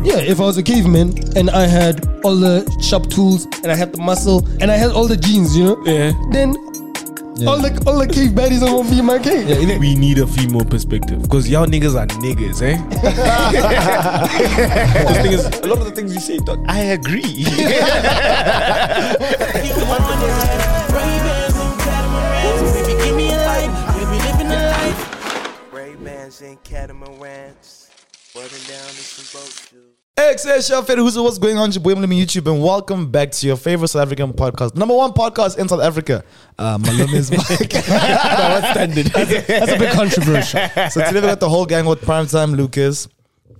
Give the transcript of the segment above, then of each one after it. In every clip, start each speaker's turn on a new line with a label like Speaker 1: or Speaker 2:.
Speaker 1: Yeah, if I was a caveman and I had all the sharp tools and I had the muscle and I had all the genes, you know,
Speaker 2: Yeah.
Speaker 1: then all the all the cave baddies are gonna be in my cave.
Speaker 2: Yeah, innit? we need a female perspective because y'all niggas are niggas, eh? 'Cause thing is, a lot of the things you say, dog, I agree.
Speaker 3: Ray-Bans and catamarans, baby, give me a light. Baby, living a life. Ray-Bans and catamarans, button down is some boat shoes.
Speaker 4: XXL Feduhuza, what's going on? It's your boy Malumi YouTube, and welcome back to your favorite South African podcast, number one podcast in South Africa. Uh, Malumi's back.
Speaker 1: That's a bit controversial.
Speaker 4: so today we got the whole gang with Primetime Lucas.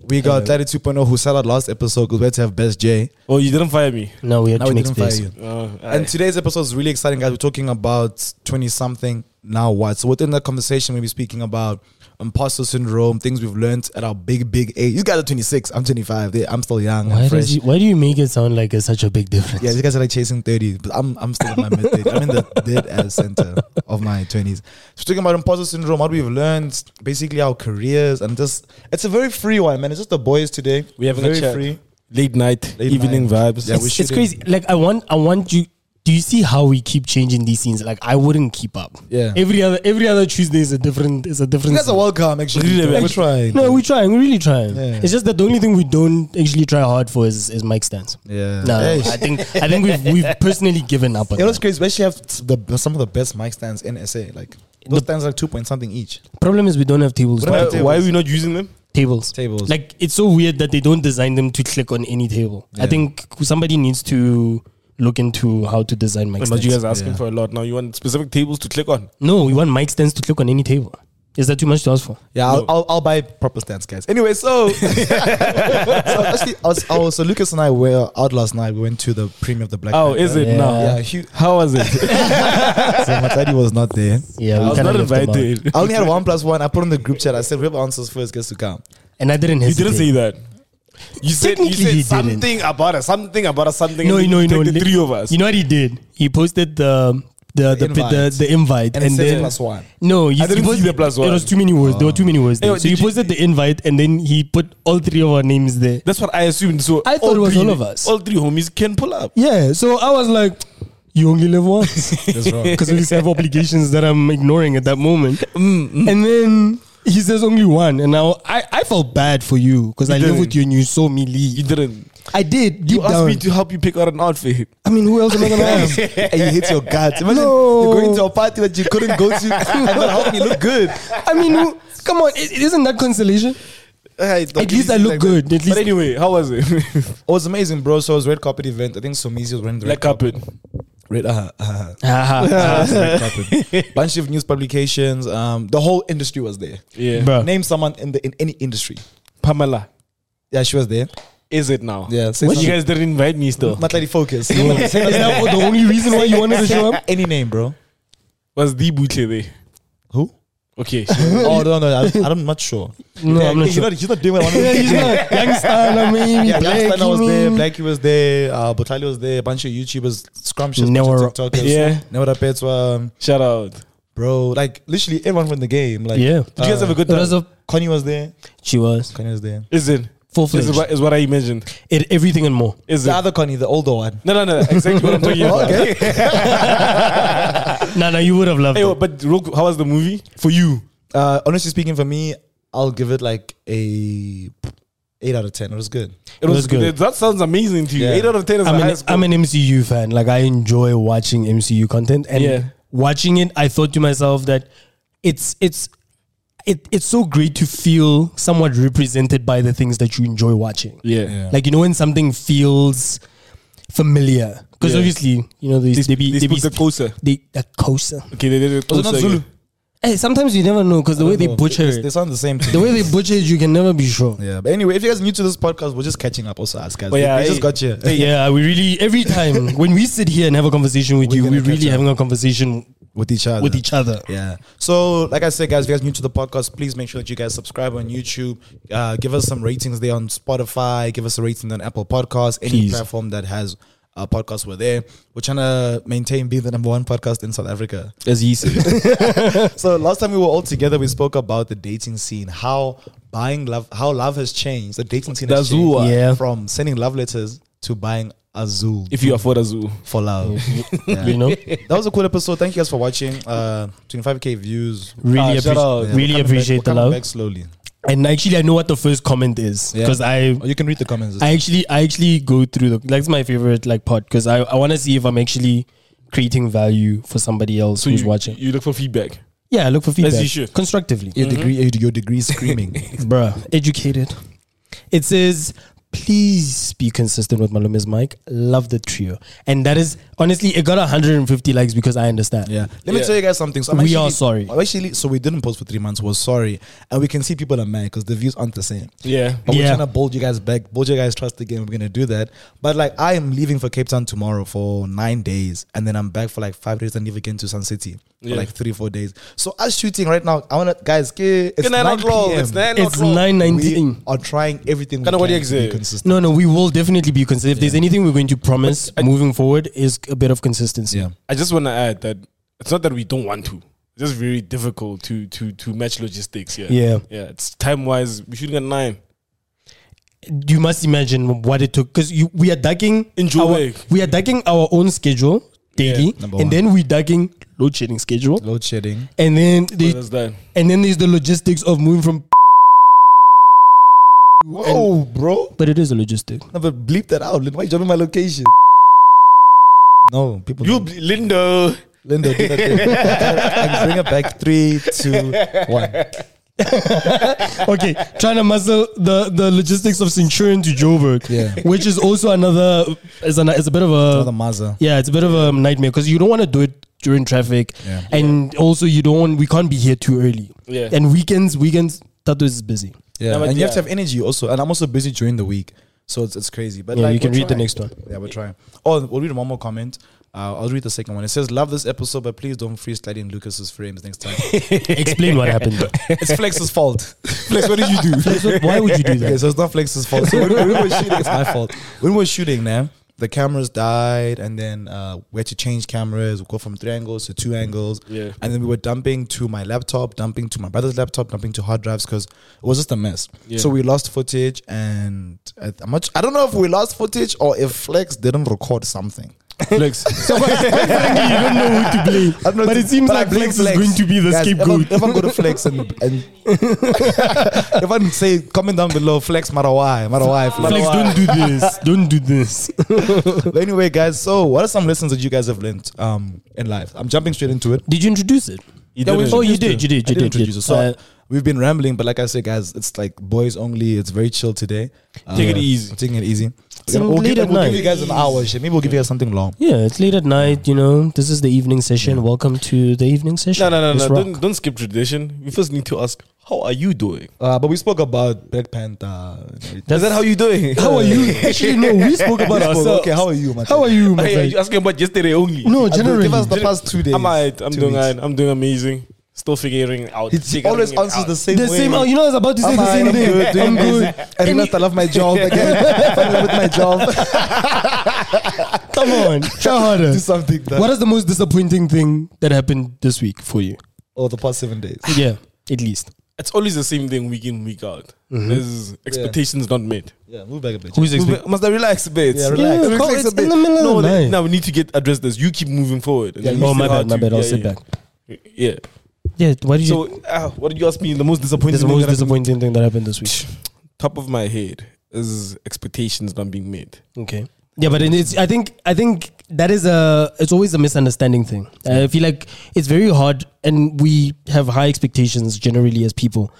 Speaker 4: We got 32.0 who sat out last episode because we had to have Best J.
Speaker 2: oh, you didn't fire me.
Speaker 1: No, we had
Speaker 4: Now
Speaker 1: to
Speaker 4: we
Speaker 1: make
Speaker 4: didn't fire
Speaker 1: space.
Speaker 4: you.
Speaker 2: Oh,
Speaker 4: And today's episode is really exciting, guys. We're talking about 20 something, now what? So, within that conversation, we'll be speaking about imposter syndrome, things we've learned at our big, big age. You guys are 26, I'm 25, They- I'm still young. I'm
Speaker 5: Why
Speaker 4: fresh.
Speaker 5: does you, why do you make it sound like it's such a big difference?
Speaker 4: Yeah, these guys are like chasing 30, but I'm I'm still in my mid 30s. I'm in the dead ass center of my 20s. So talking about imposter syndrome, what we've learned, basically our careers, and just it's a very free one, man. It's just the boys today.
Speaker 2: we having
Speaker 4: very
Speaker 2: a chat.
Speaker 4: free.
Speaker 2: Late night,
Speaker 4: Late
Speaker 2: evening
Speaker 4: night.
Speaker 2: vibes.
Speaker 4: Yeah, we
Speaker 5: it's, it's
Speaker 4: shouldn't-
Speaker 5: crazy. Like I want, I want you. Do you see how we keep changing these scenes? Like I wouldn't keep up.
Speaker 4: Yeah.
Speaker 5: Every other every other Tuesday is a different is a
Speaker 4: You
Speaker 5: different.
Speaker 4: guys are
Speaker 5: scene.
Speaker 4: welcome, actually.
Speaker 2: Really, man.
Speaker 4: We're trying.
Speaker 5: no, we're trying. We're really trying.
Speaker 4: Yeah.
Speaker 5: It's just that the only thing we don't actually try hard for is, is mic stands.
Speaker 4: Yeah.
Speaker 5: No,
Speaker 4: Hey.
Speaker 5: I think I think we've we've personally given up on
Speaker 4: It was
Speaker 5: that.
Speaker 4: crazy. We actually have the, some of the best mic stands in SA. Like those
Speaker 5: The-
Speaker 4: stands are like two point something each.
Speaker 5: Problem is we don't have tables.
Speaker 4: What
Speaker 2: Why,
Speaker 4: about tables?
Speaker 2: why are we not using them?
Speaker 5: tables.
Speaker 4: Tables.
Speaker 5: Like it's so weird that they don't design them to click on any table.
Speaker 4: Yeah.
Speaker 5: I think somebody needs to look into how to design mic
Speaker 2: But
Speaker 5: stands.
Speaker 2: you guys are asking
Speaker 4: Yeah.
Speaker 2: for a lot now. You want specific tables to click on.
Speaker 5: no, we want mic stands to click on any table. Is that too much to ask for?
Speaker 4: Yeah, I'll, I'll, I'll buy proper stands, guys. Anyway, so, so actually, I was, I was- so Lucas and I were out last night. We went to the premiere of the Black.
Speaker 2: Oh,
Speaker 4: Panther.
Speaker 2: is it
Speaker 5: Yeah.
Speaker 2: now?
Speaker 4: Yeah, huge.
Speaker 2: How was it?
Speaker 4: So my daddy was not there.
Speaker 5: Yeah,
Speaker 2: I
Speaker 5: we
Speaker 2: was
Speaker 5: kinda
Speaker 2: not
Speaker 5: left them out.
Speaker 2: invited.
Speaker 4: I only had one plus one. I put on the group chat. I said, whoever answers first gets to come.
Speaker 5: And I didn't
Speaker 2: You
Speaker 5: hesitate.
Speaker 2: didn't say that. You said, you
Speaker 5: Technically, he
Speaker 2: said
Speaker 5: didn't.
Speaker 2: something about us, something about us, something.
Speaker 5: No,
Speaker 2: and
Speaker 5: no,
Speaker 2: you
Speaker 5: no.
Speaker 2: take The
Speaker 5: li-
Speaker 2: three of us.
Speaker 5: You know what he did? He posted the the the the
Speaker 4: invite.
Speaker 5: invite, the, the invite
Speaker 4: And,
Speaker 5: and,
Speaker 4: it says
Speaker 5: then
Speaker 4: plus one.
Speaker 5: no, he,
Speaker 2: I didn't
Speaker 5: he
Speaker 2: see the plus one.
Speaker 5: It was too many words. There were too many words. there.
Speaker 2: Anyway,
Speaker 5: so he
Speaker 2: did you-
Speaker 5: posted the invite and then he put all three of our names there.
Speaker 2: That's what I assumed. So
Speaker 5: I thought it was
Speaker 2: three-
Speaker 5: all of us.
Speaker 2: All three homies can pull up.
Speaker 5: Yeah, so I was like, you only live once.
Speaker 4: That's wrong.
Speaker 5: Because we have obligations that I'm ignoring at that moment.
Speaker 2: Mm,
Speaker 5: And then he says only one. And now I, I felt bad for you because I live
Speaker 2: didn't.
Speaker 5: with you and you saw me leave.
Speaker 2: You didn't.
Speaker 5: I did. Deep
Speaker 2: You asked
Speaker 5: down.
Speaker 2: me to help you pick out an outfit.
Speaker 5: I mean, who else am I going to ask?
Speaker 4: and you hit your guts. Imagine
Speaker 5: No.
Speaker 4: you're going to a party that you couldn't go to and that helped me look good.
Speaker 5: I mean, who, come on. It, it isn't that consolation. At least I look good. At
Speaker 2: But
Speaker 5: least.
Speaker 2: anyway, how was it?
Speaker 4: It was amazing, bro. So it was red carpet event. I think Somizi was wearing the
Speaker 2: Black
Speaker 4: red
Speaker 2: carpet.
Speaker 4: Red, uh, uh,
Speaker 5: Haha.
Speaker 4: red carpet. Bunch of news publications. Um, the whole industry was there.
Speaker 2: Yeah.
Speaker 5: Bruh.
Speaker 4: Name someone in the in any industry.
Speaker 2: Pamela,
Speaker 4: Yeah, she was there.
Speaker 2: is it now?
Speaker 4: Yeah, say
Speaker 2: But you
Speaker 4: something.
Speaker 2: guys didn't invite me still.
Speaker 4: Matlady Focus.
Speaker 5: Is that the only reason why you wanted to show up?
Speaker 4: any name, bro.
Speaker 2: Was the butcher there?
Speaker 4: Who?
Speaker 2: Okay.
Speaker 4: Oh no, no, I, I'm not sure.
Speaker 5: No, I'm not
Speaker 4: He's
Speaker 5: sure.
Speaker 4: not, he's not doing what I want
Speaker 5: Yeah,
Speaker 4: him
Speaker 5: he's
Speaker 4: to do.
Speaker 5: not. Youngster, maybe.
Speaker 4: Yeah, Blackstone was there,
Speaker 5: Blacky,
Speaker 4: Blackie was there, uh, Botali was there, a bunch of YouTubers, scrumptious,
Speaker 5: Newara-
Speaker 4: bunch of TikTokers.
Speaker 2: Yeah.
Speaker 4: Newara Petswa,
Speaker 2: Shout out. Did
Speaker 4: bro, like literally everyone from the game. Like, uh,
Speaker 5: Yeah.
Speaker 2: you guys have a good
Speaker 5: It was
Speaker 2: time?
Speaker 5: a-
Speaker 4: Connie was there,
Speaker 5: She was
Speaker 4: Connie was there.
Speaker 2: Uh, Is it?
Speaker 5: full
Speaker 2: Is, it
Speaker 5: fledged.
Speaker 2: what, is what I imagined.
Speaker 5: It everything and more.
Speaker 2: Is
Speaker 4: The
Speaker 2: it?
Speaker 4: other Connie, the older one.
Speaker 2: No, no, no. Exactly what I'm talking
Speaker 5: Oh,
Speaker 2: about.
Speaker 5: No, no, you would have loved
Speaker 2: Hey,
Speaker 5: it.
Speaker 2: but real quick, how was the movie for you?
Speaker 4: Uh, honestly speaking, for me, I'll give it like a eight out of ten. It was good.
Speaker 2: It
Speaker 5: was good.
Speaker 2: That sounds amazing to you.
Speaker 4: Yeah.
Speaker 2: Eight out of ten is a
Speaker 5: I'm
Speaker 2: high
Speaker 5: an,
Speaker 2: score.
Speaker 5: I'm an MCU fan. Like I enjoy watching MCU content, and
Speaker 2: Yeah.
Speaker 5: watching it, I thought to myself that it's it's it, it's so great to feel somewhat represented by the things that you enjoy watching.
Speaker 2: yeah.
Speaker 5: Like you know when something feels familiar, because
Speaker 2: Yeah.
Speaker 5: obviously you know
Speaker 2: They,
Speaker 5: these they,
Speaker 2: they,
Speaker 5: be, they, be,
Speaker 2: spoke the closer.
Speaker 5: they are closer.
Speaker 2: Okay, they did it
Speaker 4: Was it
Speaker 2: closer.
Speaker 4: not Zulu?
Speaker 2: again.
Speaker 5: Hey, sometimes you never know because the way they
Speaker 4: No,
Speaker 5: butcher
Speaker 4: it's- They
Speaker 5: it,
Speaker 4: sound the same. To
Speaker 5: the
Speaker 4: me.
Speaker 5: way they butcher it, you can never be sure.
Speaker 4: Yeah, but anyway, if you guys are new to this podcast, we're just catching up. Also, us guys,
Speaker 5: Oh,
Speaker 2: But
Speaker 4: We-
Speaker 2: yeah,
Speaker 4: we just
Speaker 2: hey,
Speaker 4: got here.
Speaker 5: Yeah, we really every time when we sit here and have a conversation with
Speaker 4: We're
Speaker 5: you,
Speaker 4: gonna
Speaker 5: we're
Speaker 4: catch
Speaker 5: really
Speaker 4: up.
Speaker 5: having a conversation
Speaker 4: with each other.
Speaker 5: with each other.
Speaker 4: Yeah. So, like I said, guys, if you guys are new to the podcast, please make sure that you guys subscribe on YouTube. Uh, give us some ratings there on Spotify. Give us a rating on Apple Podcasts, any
Speaker 5: Please.
Speaker 4: platform that has a podcast. We're there. We're trying to maintain being the number one podcast in South Africa.
Speaker 2: As he said.
Speaker 4: So, last time we were all together, we spoke about the dating scene, how buying love, how love has changed, the dating scene
Speaker 2: The
Speaker 4: has changed
Speaker 2: Azua.
Speaker 5: Yeah.
Speaker 4: from sending love letters to buying Azul
Speaker 2: If you afford a zoo,
Speaker 4: for love.
Speaker 5: You know,
Speaker 4: that was a cool episode. Thank you guys for watching. Uh, 25k views.
Speaker 5: really,
Speaker 2: Ah, shout
Speaker 5: appreciate,
Speaker 2: out.
Speaker 4: Yeah, we're coming
Speaker 5: really
Speaker 4: back-
Speaker 5: appreciate
Speaker 4: we're
Speaker 5: the
Speaker 4: coming
Speaker 5: love.
Speaker 4: Back slowly.
Speaker 5: And actually, I know what the first comment is
Speaker 4: Yeah.
Speaker 5: because I
Speaker 4: Or Oh, you can read the comments.
Speaker 5: I actually I actually go through the that's my favorite like part because I, I want to see if I'm actually creating value for somebody else
Speaker 2: so
Speaker 5: who's
Speaker 2: you
Speaker 5: watching.
Speaker 2: you look for feedback.
Speaker 5: yeah, look for feedback
Speaker 2: As you should.
Speaker 5: constructively,
Speaker 4: your degree, your degree screaming.
Speaker 5: bruh. Educated. It says, please be consistent with Malume's mic. Love the trio, and that is honestly it got 150 likes because I understand.
Speaker 4: Yeah. Let me
Speaker 2: Yeah.
Speaker 4: tell you guys something. So
Speaker 5: We are sorry.
Speaker 4: I'm actually, so we didn't post for three months. We're sorry, and we can see people are mad because the views aren't the same.
Speaker 2: Yeah.
Speaker 4: But
Speaker 5: Yeah.
Speaker 4: we're trying to build you guys back, build you guys trust again. We're gonna do that. But like, I am leaving for Cape Town tomorrow for nine days, and then I'm back for like five days, and leave again to Sun City
Speaker 2: Yeah.
Speaker 4: for like three, four days. So us shooting right now, I wanna guys, ke- it's
Speaker 2: It's
Speaker 4: nine,
Speaker 2: nine o'clock.
Speaker 4: PM.
Speaker 2: It's nine
Speaker 5: It's
Speaker 2: o'clock.
Speaker 5: 919.
Speaker 4: We are trying everything.
Speaker 2: Kana
Speaker 4: we
Speaker 2: what
Speaker 4: can
Speaker 2: do
Speaker 4: to
Speaker 2: you
Speaker 4: be
Speaker 2: say?
Speaker 4: consistent.
Speaker 5: No, no, we will definitely be consistent. If there's anything we're going to promise moving forward, is a bit of consistency.
Speaker 4: Yeah.
Speaker 2: I just want to add that it's not that we don't want to. It's just very difficult to to to match logistics. Yeah.
Speaker 5: Yeah.
Speaker 2: Yeah. It's time wise. We're shooting at nine.
Speaker 5: you must imagine what it took because we are ducking
Speaker 2: In
Speaker 5: our,
Speaker 2: Joburg.
Speaker 5: we are ducking our own schedule daily
Speaker 4: Number
Speaker 5: and
Speaker 4: one.
Speaker 5: then we're ducking load shedding schedule
Speaker 4: Load shedding.
Speaker 5: and then the,
Speaker 2: What is that?
Speaker 5: and then there's the logistics of moving from
Speaker 4: Whoa, bro.
Speaker 5: but it is a logistic
Speaker 4: No, but bleep that out. Lin. Why you dropping my location? No, people.
Speaker 2: You,
Speaker 4: don't-
Speaker 2: Linda.
Speaker 4: Linda, do that thing. and bring it back. Three, two, one.
Speaker 5: okay trying to muscle the the logistics of Centurion to Joburg
Speaker 4: Yeah.
Speaker 5: which is also another is, an, is a bit of a
Speaker 4: Another Mazda.
Speaker 5: yeah it's a bit of a nightmare because you don't want to do it during traffic
Speaker 4: Yeah.
Speaker 5: and also you don't want we can't be here too early
Speaker 2: Yeah.
Speaker 5: and weekends weekends Tato is busy
Speaker 4: Yeah,
Speaker 2: No, but
Speaker 4: and you have to
Speaker 2: yeah.
Speaker 4: have energy also. And I'm also busy during the week, so it's, it's crazy. But
Speaker 5: Yeah,
Speaker 4: like,
Speaker 5: you can
Speaker 4: we're
Speaker 5: read the
Speaker 4: trying.
Speaker 5: next one.
Speaker 4: Yeah, we're trying. Oh, we'll read one more comment. Uh, I'll read the second one. It says, "Love this episode, but please don't freeze slide in Lucas's frames next time.
Speaker 5: explain what happened though.
Speaker 4: it's Flex's fault. Flex, what did you do?
Speaker 5: Flex, what- why would you do that?
Speaker 4: Okay, so it's not Flex's fault. So when, when we were shooting, it's my fault. When we were shooting, man, the cameras died, and then uh, we had to change cameras. We go from three angles to two angles.
Speaker 2: Yeah.
Speaker 4: And then we were dumping to my laptop, dumping to my brother's laptop, dumping to hard drives because it was just a mess.
Speaker 2: Yeah.
Speaker 4: So we lost footage, and I- I'm not, I don't know if we lost footage or if Flex didn't record something.
Speaker 2: Flex.
Speaker 5: you don't know who to blame.
Speaker 4: I don't know
Speaker 5: But
Speaker 4: if-
Speaker 5: it seems like
Speaker 4: I blame
Speaker 5: Flex is going to be the
Speaker 4: Guys, if I-
Speaker 5: scapegoat.
Speaker 4: If I, go to Flex and, and if I say comment down below, Flex Marawai, Marawai,
Speaker 5: Flex, don't do this. Don't do this.
Speaker 4: But anyway, guys, so what are some lessons that you guys have learned um, in life? I'm jumping straight into it.
Speaker 5: Did you introduce it?
Speaker 2: Yeah, we didn't.
Speaker 5: oh, you
Speaker 2: introduced
Speaker 5: did. You did.
Speaker 4: I
Speaker 5: You
Speaker 4: did
Speaker 5: did. you
Speaker 4: introduce
Speaker 5: did.
Speaker 4: it. So
Speaker 5: Uh,
Speaker 4: we've been rambling, but like I said, guys, it's like boys only. It's very chill today.
Speaker 2: Take it easy.
Speaker 4: We're taking it easy.
Speaker 5: It's
Speaker 4: We'll,
Speaker 5: late
Speaker 4: give,
Speaker 5: at
Speaker 4: we'll give
Speaker 5: night.
Speaker 4: you guys an hour. shit. Maybe we'll give you guys something long.
Speaker 5: yeah, it's late at night. You know, this is the evening session. Welcome to the evening session.
Speaker 2: No, no, no,
Speaker 5: Let's
Speaker 2: no.
Speaker 5: rock.
Speaker 2: Don't, don't skip tradition. We first need to ask, how are you doing?
Speaker 4: Uh, but we spoke about Black Panther.
Speaker 5: That's-
Speaker 2: Is that how you doing?
Speaker 5: How are you? Actually, no. We spoke about
Speaker 4: We spoke-
Speaker 5: ourselves.
Speaker 4: okay, how are you, man?
Speaker 5: How are you,
Speaker 2: Hey, are
Speaker 5: my
Speaker 2: you asking about yesterday only?
Speaker 5: No, generally.
Speaker 4: Give us the past two days.
Speaker 2: I'm alright. I'm
Speaker 4: two
Speaker 2: doing
Speaker 4: weeks.
Speaker 2: alright. I'm doing amazing. Still figuring it out.
Speaker 4: He
Speaker 2: Figuring
Speaker 4: always
Speaker 2: it
Speaker 4: answers
Speaker 2: out.
Speaker 4: the same
Speaker 5: the
Speaker 4: way.
Speaker 5: same. Oh, you know, I was about to say
Speaker 4: I'm
Speaker 5: the
Speaker 4: alright,
Speaker 5: same
Speaker 4: I'm
Speaker 5: thing.
Speaker 4: good, doing
Speaker 5: I'm good.
Speaker 4: busy. I realized I love my job again. Finally with my job.
Speaker 5: Come on, try harder.
Speaker 4: Do something.
Speaker 5: What is the most disappointing thing that happened this week for you?
Speaker 4: or Oh, the past seven days.
Speaker 5: Yeah, at least.
Speaker 2: It's always the same thing week in week out. There's expectations not met.
Speaker 4: Yeah, move back a bit.
Speaker 5: Who's expecting?
Speaker 2: Must I relax a bit?
Speaker 4: Yeah, relax.
Speaker 5: Yeah, Oh,
Speaker 2: Relax
Speaker 5: it's
Speaker 2: a bit.
Speaker 5: in the middle of
Speaker 2: no,
Speaker 5: the
Speaker 2: then-
Speaker 5: night.
Speaker 2: Now we need to get address this. You keep moving forward. And then you
Speaker 5: Oh
Speaker 2: see
Speaker 5: my
Speaker 2: how
Speaker 5: bad, my
Speaker 2: to-
Speaker 5: bad. I'll
Speaker 2: yeah,
Speaker 5: sit
Speaker 2: yeah.
Speaker 5: back.
Speaker 2: Yeah.
Speaker 5: Yeah, why did you?
Speaker 2: So, uh, what did you ask me? The most disappointing.
Speaker 5: This is the
Speaker 2: thing
Speaker 5: most
Speaker 2: that happened-
Speaker 5: disappointing thing that happened this week.
Speaker 2: Top of my head is expectations not being met.
Speaker 5: Okay. Yeah, but then it's. I think. I think that is a. It's always a misunderstanding thing. I feel like it's very hard, and we have high expectations generally as people.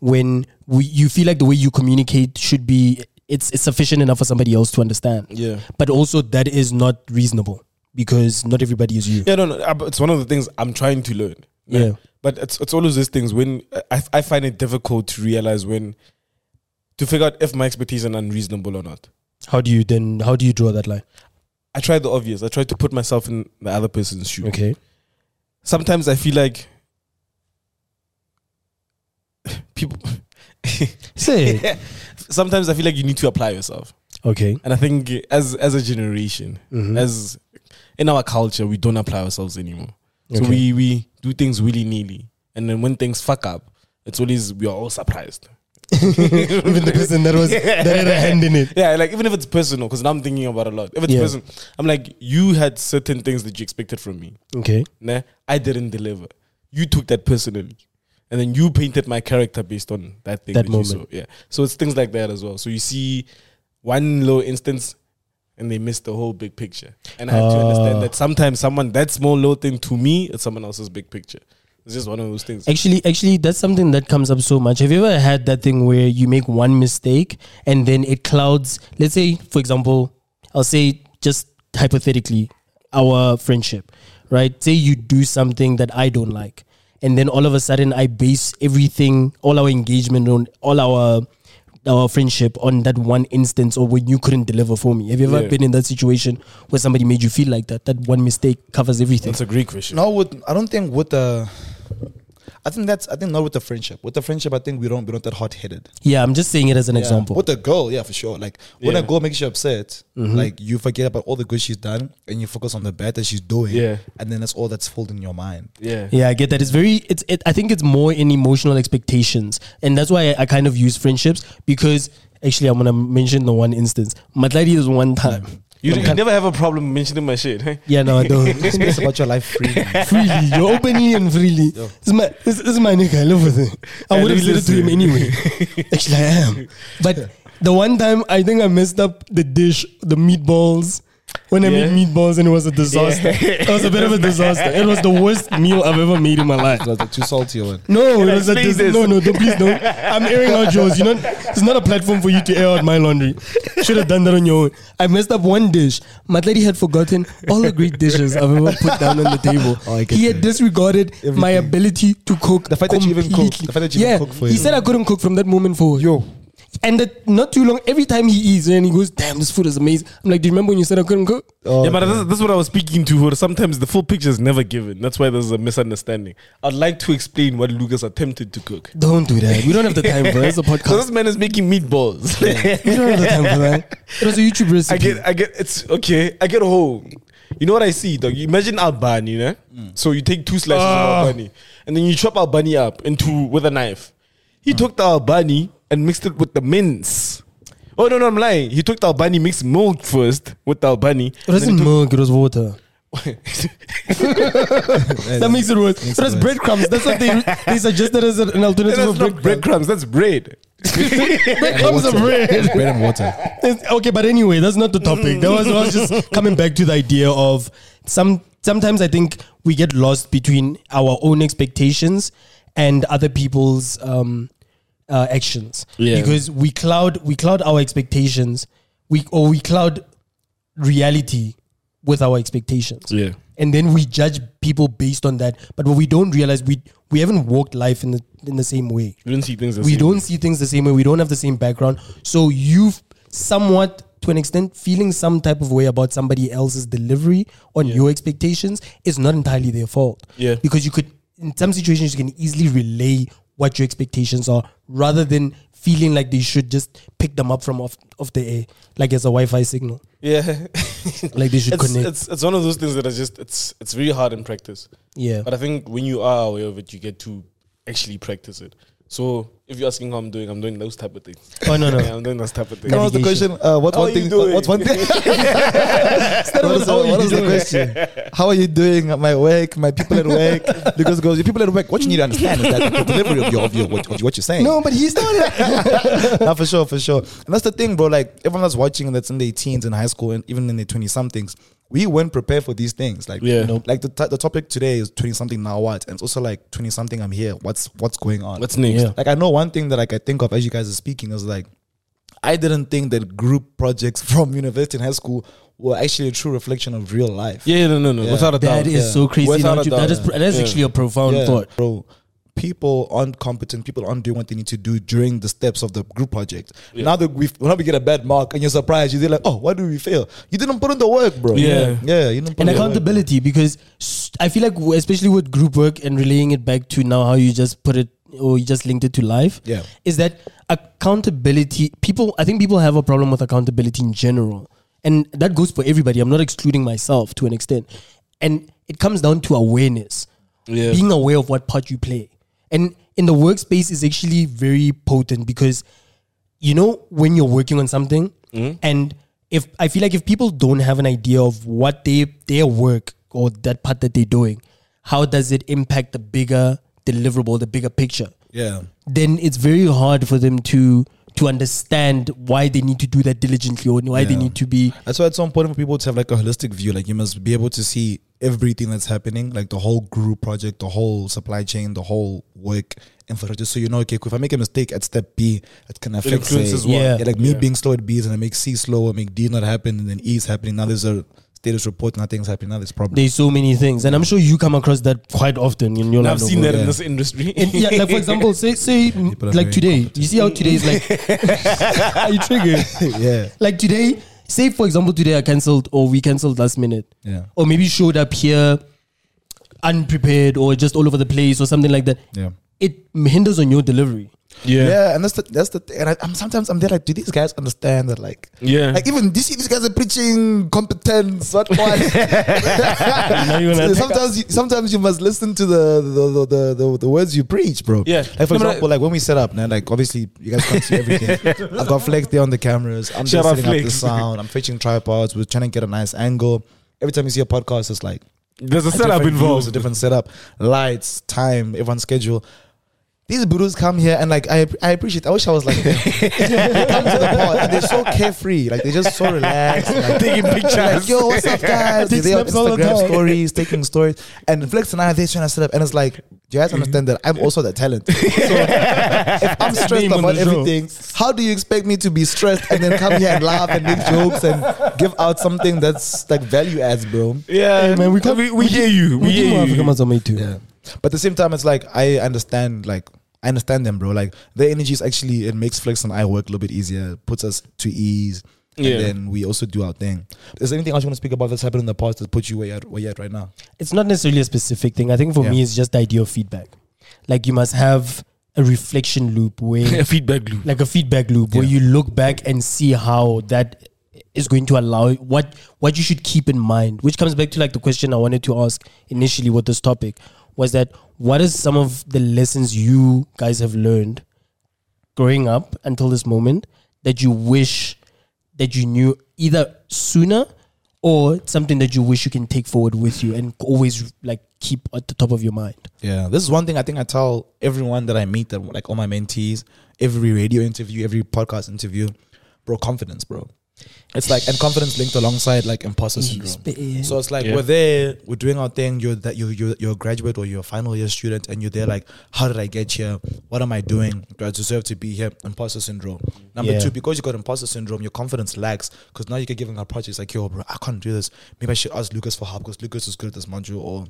Speaker 5: When we, you feel like the way you communicate should be, it's, it's sufficient enough for somebody else to understand.
Speaker 2: Yeah.
Speaker 5: But also, that is not reasonable because not everybody is you.
Speaker 2: Yeah, no, no. uh, but It's one of the things I'm trying to learn.
Speaker 5: Yeah.
Speaker 2: But it's it's always these things when I, I find it difficult to realize when to figure out if my expectations are unreasonable or not.
Speaker 5: How do you then? How do you draw that line?
Speaker 2: I try the obvious. I try to put myself in the other person's shoe.
Speaker 5: Okay.
Speaker 2: Sometimes I feel like people.
Speaker 5: Say.
Speaker 2: Sometimes I feel like you need to apply yourself,
Speaker 5: Okay.
Speaker 2: and I think as as a generation,
Speaker 5: Mm-hmm.
Speaker 2: as in our culture, we don't apply ourselves anymore. So
Speaker 5: Okay.
Speaker 2: we we do things willy nilly, and then when things fuck up, it's always we are all surprised.
Speaker 5: even the person that was that had a hand in it.
Speaker 2: Yeah, like even if it's personal, because now I'm thinking about it a lot. If it's
Speaker 5: Yeah.
Speaker 2: personal, I'm like, you had certain things that you expected from me.
Speaker 5: Okay.
Speaker 2: Nah, I didn't deliver. You took that personally. And then you painted my character based on that thing
Speaker 5: That
Speaker 2: you
Speaker 5: moment.
Speaker 2: saw. Yeah. So it's things like that as well. So you see one little instance and they miss the whole big picture. And I have to
Speaker 5: Ah.
Speaker 2: understand that sometimes someone that small little thing to me it's someone else's big picture. It's just one of those things.
Speaker 5: Actually, actually, that's something that comes up so much. Have you ever had that thing where you make one mistake and then it clouds? Let's say, for example, I'll say just hypothetically, our friendship, right? Say you do something that I don't like, and then all of a sudden I base everything, all our engagement, on all our our friendship on that one instance or when you couldn't deliver for me. Have you ever
Speaker 2: Yeah.
Speaker 5: been in that situation where somebody made you feel like that? That one mistake covers everything.
Speaker 2: That's a great question.
Speaker 4: No, with I don't think with the. I think that's I think not with the friendship. With the friendship, I think we don't we're not that hot headed.
Speaker 5: yeah, I'm just saying it as an example. Mm-hmm.
Speaker 4: With a girl, yeah, for sure. Like when
Speaker 2: Yeah.
Speaker 4: a girl makes you upset, like you forget about all the good she's done and you focus on the bad that she's doing.
Speaker 2: Yeah.
Speaker 4: And then that's all that's filled in your mind.
Speaker 2: Yeah.
Speaker 5: Yeah, I get that. It's very. It's. It, I think it's more in emotional expectations, and that's why I, I kind of use friendships because actually I'm gonna mention the one instance. Matladi is one time.
Speaker 2: You, you never have a problem mentioning my shit. Hey?
Speaker 5: Yeah, no, I don't.
Speaker 4: Space about your life free. man.
Speaker 5: freely, you're openly and freely. This is my. This, this is my nigga. I love it. I
Speaker 2: And
Speaker 5: would have
Speaker 2: we
Speaker 5: said it to him
Speaker 2: listen.
Speaker 5: anyway. actually, I am. But the one time I think I messed up the dish, the meatballs. When I
Speaker 2: Yeah.
Speaker 5: made meatballs and it was a disaster. It was a bit of a disaster. It was the worst meal I've ever made in my life.
Speaker 4: It was like too salty or what?
Speaker 5: No, it was a
Speaker 2: explain
Speaker 5: dis-
Speaker 2: this?
Speaker 5: no, no, don't, please don't. I'm airing out yours. You know, it's not a platform for you to air out my laundry. Should have done that on your own. I messed up one dish. My lady had forgotten all the great dishes I've ever put down on the table.
Speaker 4: Oh, I get
Speaker 5: he had
Speaker 4: that.
Speaker 5: disregarded my ability to cook.
Speaker 4: The fact that you even cook-
Speaker 5: completely.
Speaker 4: the fact that you
Speaker 5: yeah,
Speaker 4: even cook for
Speaker 5: he
Speaker 4: him.
Speaker 5: said I couldn't cook from that moment forward.
Speaker 4: Yo.
Speaker 5: And that not too long, every time he eats, and he goes, "Damn, this food is amazing." I'm like, "Do you remember when you said I couldn't cook?"
Speaker 4: Oh,
Speaker 2: yeah, but that's, that's what I was speaking to. Where sometimes the full picture is never given. That's why there's a misunderstanding. I'd like to explain what Lucas attempted to cook.
Speaker 5: Don't do that. We don't have the time for that. It's a
Speaker 2: So
Speaker 5: podcast.
Speaker 2: this man is making meatballs.
Speaker 5: We don't have the time for that. It was a YouTube recipe.
Speaker 2: I get, I get. It's okay. I get home. You know what I see, dog? You imagine Albani, you know? So you take two slices
Speaker 5: Ah.
Speaker 2: of Albani, and then you chop Albani up into with a knife. He took the Albani and mixed it with the mince. Oh no, no, I'm lying. He took the Albani, mixed milk first with the Albani.
Speaker 5: It wasn't milk, it was water. That makes it worse.
Speaker 4: Makes
Speaker 5: so that's
Speaker 4: it worse.
Speaker 5: breadcrumbs. That's what they, they suggested as an alternative
Speaker 2: That's
Speaker 5: for
Speaker 2: not
Speaker 5: breadcrumbs.
Speaker 2: breadcrumbs. That's bread.
Speaker 5: breadcrumbs are bread.
Speaker 4: bread and water.
Speaker 5: It's- okay, but anyway, that's not the topic. That was, I was just coming back to the idea of some. Sometimes I think we get lost between our own expectations and other people's um, uh, actions
Speaker 2: Yeah.
Speaker 5: because we cloud we cloud our expectations, we or we cloud reality with our expectations.
Speaker 2: Yeah.
Speaker 5: and then we judge people based on that. But what we don't realize, we we haven't walked life in the in the same way.
Speaker 2: We don't see things. the
Speaker 5: we
Speaker 2: same.
Speaker 5: don't see things the same way. We don't have the same background. So you've somewhat, to an extent, feeling some type of way about somebody else's delivery on your expectations is not entirely their fault.
Speaker 2: Yeah.
Speaker 5: because you could, in some situations, you can easily relay what your expectations are rather than feeling like they should just pick them up from off, off the air, like as a Wi-Fi signal.
Speaker 2: Yeah.
Speaker 5: Like they should
Speaker 2: it's,
Speaker 5: connect.
Speaker 2: It's, it's one of those things that are just it's it's very hard in practice.
Speaker 5: yeah.
Speaker 2: But I think when you are aware of it, you get to actually practice it. So if you're asking how I'm doing, I'm doing those type of things.
Speaker 5: Oh no no.
Speaker 2: Yeah, I'm doing those type of things.
Speaker 4: Can I ask the
Speaker 5: Navigation.
Speaker 4: question? Uh, what's
Speaker 2: How
Speaker 4: one
Speaker 2: are you
Speaker 4: thing?
Speaker 2: doing?
Speaker 4: What's one thing? what is,
Speaker 5: how are you
Speaker 4: what is the
Speaker 5: doing?
Speaker 4: question? How are you doing at my work? My people at work? Because girls, your people at work. What you need to understand is that the delivery of your of your what, what you're saying.
Speaker 5: No, but he started.
Speaker 4: no, for sure, for sure. And that's the thing, bro. Like everyone that's watching that's in their teens in high school and even in their twenty somethings, we weren't prepared for these things. Like,
Speaker 2: Yeah. Nope.
Speaker 4: like the, t- the topic today is twenty something now what, and it's also like twenty something I'm here. What's what's going on?
Speaker 2: What's next?
Speaker 5: Yeah.
Speaker 4: like I know one thing that like I think of as you guys are speaking is like I didn't think that group projects from university and high school were actually a true reflection of real life.
Speaker 2: Yeah, no, no, no. Without a doubt.
Speaker 5: That is
Speaker 4: Yeah.
Speaker 5: so crazy.
Speaker 2: Without
Speaker 5: don't you?
Speaker 2: a
Speaker 5: that
Speaker 2: doubt.
Speaker 5: is pr- that is
Speaker 2: Yeah.
Speaker 5: actually a profound
Speaker 4: Yeah,
Speaker 5: thought.
Speaker 4: bro. People aren't competent. People aren't doing what they need to do during the steps of the group project. Now that we now we get a bad mark and you're surprised, you're like, oh, why do we fail? You didn't put in the work, bro.
Speaker 2: Yeah.
Speaker 4: yeah, you didn't
Speaker 5: And
Speaker 4: put in the work.
Speaker 5: accountability, because s- I feel like, w- especially with group work and relaying it back to now how you just put it or you just linked it to life,
Speaker 4: Yeah.
Speaker 5: is that accountability? People, I think people have a problem with accountability in general, and that goes for everybody. I'm not excluding myself to an extent, and it comes down to awareness.
Speaker 2: Yeah.
Speaker 5: being aware of what part you play. And in the workspace is actually very potent because you know when you're working on something and if I feel like if people don't have an idea of what they their work or that part that they're doing, how does it impact the bigger deliverable, the bigger picture?
Speaker 4: Yeah.
Speaker 5: then it's very hard for them to to understand why they need to do that diligently or why they
Speaker 4: Yeah.
Speaker 5: need to be
Speaker 4: That's why it's so important for people to have like a holistic view. Like you must be able to see everything that's happening, like the whole group project, the whole supply chain, the whole work infrastructure. So you know, okay, if I make a mistake at step B, it can affect
Speaker 2: influences
Speaker 4: say,
Speaker 5: what? Yeah.
Speaker 4: yeah, like me being slow at B is and I make C slow, I make D not happen, and then E is happening. Now there's a status report, nothing's happening. Now there's problem.
Speaker 5: there's so many things and i'm sure you come across that quite often in your
Speaker 2: And
Speaker 5: life
Speaker 2: I've seen that in
Speaker 4: yeah.
Speaker 2: this industry.
Speaker 5: And yeah, like for example, say say
Speaker 4: are
Speaker 5: like
Speaker 4: very
Speaker 5: today. You see how today is like? are you triggered?
Speaker 4: yeah,
Speaker 5: Like today, say for example, today I cancelled or we cancelled last minute,
Speaker 4: Yeah.
Speaker 5: or maybe showed up here unprepared or just all over the place or something like that.
Speaker 4: yeah.
Speaker 5: It hinders on your delivery.
Speaker 4: Yeah. and that's the that's the thing. and I, I'm sometimes I'm there like, do these guys understand that like
Speaker 2: Yeah.
Speaker 4: like even do you see these guys are preaching competence what what sometimes you, sometimes you must listen to the the, the, the, the the words you preach bro
Speaker 2: Yeah.
Speaker 4: like for
Speaker 2: No, but
Speaker 4: example like when we set up now like obviously you guys can't see everything I've got flex there on the cameras I'm
Speaker 2: Shout
Speaker 4: just
Speaker 2: out
Speaker 4: setting up the
Speaker 2: Flex.
Speaker 4: sound I'm fetching tripods we're trying to get a nice angle every time you see a podcast it's like
Speaker 2: There's a
Speaker 4: a
Speaker 2: setup
Speaker 4: different views,
Speaker 2: involved.
Speaker 4: a different setup, lights, time, everyone's schedule. These Buddhas come here and like I, I appreciate. I wish I was like them. they come to the pod and they're so carefree, like they're just so relaxed, like,
Speaker 2: Taking pictures.
Speaker 4: Like, Yo, what's up, guys?
Speaker 5: Take
Speaker 4: They're on
Speaker 5: snaps all the
Speaker 4: Instagram
Speaker 5: time.
Speaker 4: stories, taking stories, and Flex and I are there trying to set up, and it's like, do you
Speaker 2: Mm-hmm.
Speaker 4: guys understand that I'm also the talent? So if I'm stressed
Speaker 5: Name on
Speaker 4: about
Speaker 5: the show.
Speaker 4: everything, how do you expect me to be stressed and then come here and laugh and make jokes and give out something that's like value adds, bro?
Speaker 2: Yeah,
Speaker 5: Hey, man, we
Speaker 2: No,
Speaker 5: can't-
Speaker 2: we, we hear you. We hear you.
Speaker 5: Yeah.
Speaker 4: But at the same time, it's like I understand, like I understand them, bro. Like their energy is actually it makes Flex and I work a little bit easier, puts us to ease,
Speaker 2: Yeah.
Speaker 4: and then we also do our thing. Is there anything else you want to speak about that's happened in the past that put you where you're at, where you're at right now?
Speaker 5: it's not necessarily a specific thing. I think for
Speaker 4: Yeah.
Speaker 5: me, it's just the idea of feedback. Like you must have a reflection loop
Speaker 2: A
Speaker 5: where,
Speaker 2: feedback loop.
Speaker 5: like a feedback loop, where you look back and see how that is going to allow what what you should keep in mind. Which comes back to like the question I wanted to ask initially with this topic was that what is some of the lessons you guys have learned growing up until this moment that you wish that you knew either sooner or something that you wish you can take forward with you and always like keep at the top of your mind.
Speaker 4: Yeah, this is one thing I think I tell everyone that I meet, that like all my mentees, every radio interview, every podcast interview, bro, confidence, bro. It's like and confidence linked alongside like imposter syndrome. So it's like
Speaker 2: Yeah.
Speaker 4: we're there, we're doing our thing. You're that you you you're a graduate or you're a final year student, and you're there like, how did I get here? What am I doing? Do I deserve to be here? Imposter syndrome. Number
Speaker 5: Yeah.
Speaker 4: two, because you got imposter syndrome, your confidence lacks because now you get given a project it's like, yo, bro, I can't do this. Maybe I should ask Lucas for help because Lucas is good at this module or.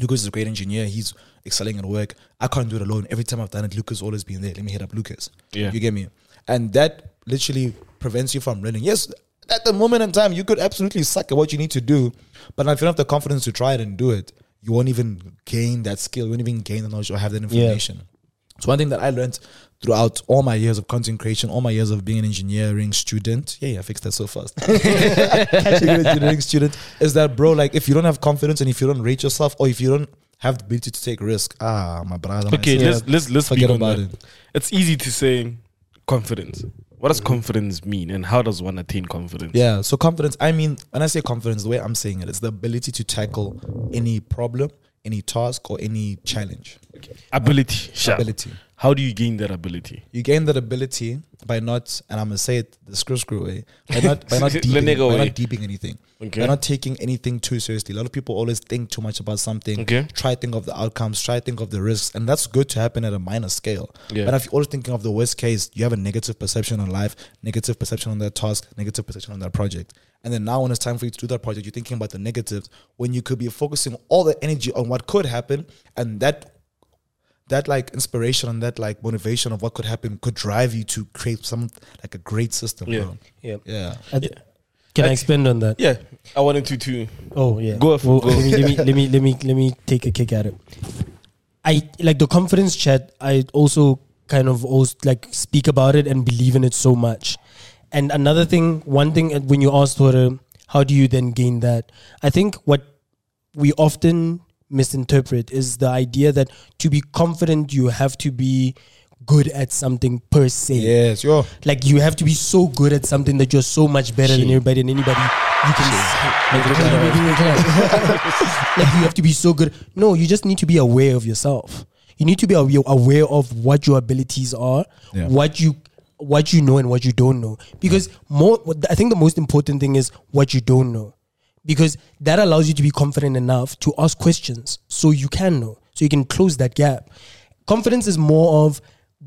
Speaker 4: Lucas is a great engineer. He's excelling at work. I can't do it alone. Every time I've done it, Lucas always been there. Let me hit up Lucas.
Speaker 2: Yeah.
Speaker 4: You get me? And that literally prevents you from learning. Yes, at the moment in time, you could absolutely suck at what you need to do. But if you don't have the confidence to try it and do it, you won't even gain that skill. You won't even gain the knowledge or have that information. So one thing that I learned throughout all my years of content creation, all my years of being an engineering student, yeah, yeah, I fixed that so fast. Catching an engineering student is that, bro, like if you don't have confidence and if you don't rate yourself or if you don't have the ability to take risk, ah, my brother. my
Speaker 2: Okay,
Speaker 4: sister.
Speaker 2: let's let's let's speak
Speaker 4: Forget
Speaker 2: on
Speaker 4: about
Speaker 2: that. It's easy to say confidence. What does confidence mean, and how does one attain confidence?
Speaker 4: Yeah. So confidence. I mean, when I say confidence, the way I'm saying it, it's the ability to tackle any problem, any task, or any challenge.
Speaker 2: Ability. Sharp.
Speaker 4: Ability.
Speaker 2: How do you gain that ability?
Speaker 4: You gain that ability by not, and I'm gonna say it the screw screw way, by not by not deeping,
Speaker 2: Lenega
Speaker 4: by
Speaker 2: way.
Speaker 4: not deeping anything,
Speaker 2: Okay.
Speaker 4: by not taking anything too seriously. A lot of people always think too much about something.
Speaker 2: Okay.
Speaker 4: Try think of the outcomes. Try think of the risks, and that's good to happen at a minor scale.
Speaker 2: Yeah.
Speaker 4: But if you're always thinking of the worst case, you have a negative perception on life, negative perception on that task, negative perception on that project. And then now, when it's time for you to do that project, you're thinking about the negatives when you could be focusing all the energy on what could happen, and that that like inspiration and that like motivation of what could happen could drive you to create some like a great system.
Speaker 2: Yeah.
Speaker 4: Bro.
Speaker 5: Yeah.
Speaker 4: Yeah.
Speaker 5: I th- Can I expand on that?
Speaker 2: Yeah, I wanted to too.
Speaker 5: Oh yeah.
Speaker 2: Go for- go.
Speaker 5: Let me, let me let me let me let me take a kick at it. I like the confidence chat. I also kind of also like speak about it and believe in it so much. And another thing, one thing uh, when you ask for a, how do you then gain that? I think what we often misinterpret is the idea that to be confident you have to be good at something per se.
Speaker 4: Yes, yo.
Speaker 5: Like you have to be so good at something that you're so much better than everybody and anybody you can like, like you have to be so good. No, you just need to be aware of yourself. You need to be aw- aware of what your abilities are,
Speaker 4: Yeah.
Speaker 5: what you what you know and what you don't know. Because more what- I think the most important thing is what you don't know. Because that allows you to be confident enough to ask questions so you can know. So you can close that gap. Confidence is more of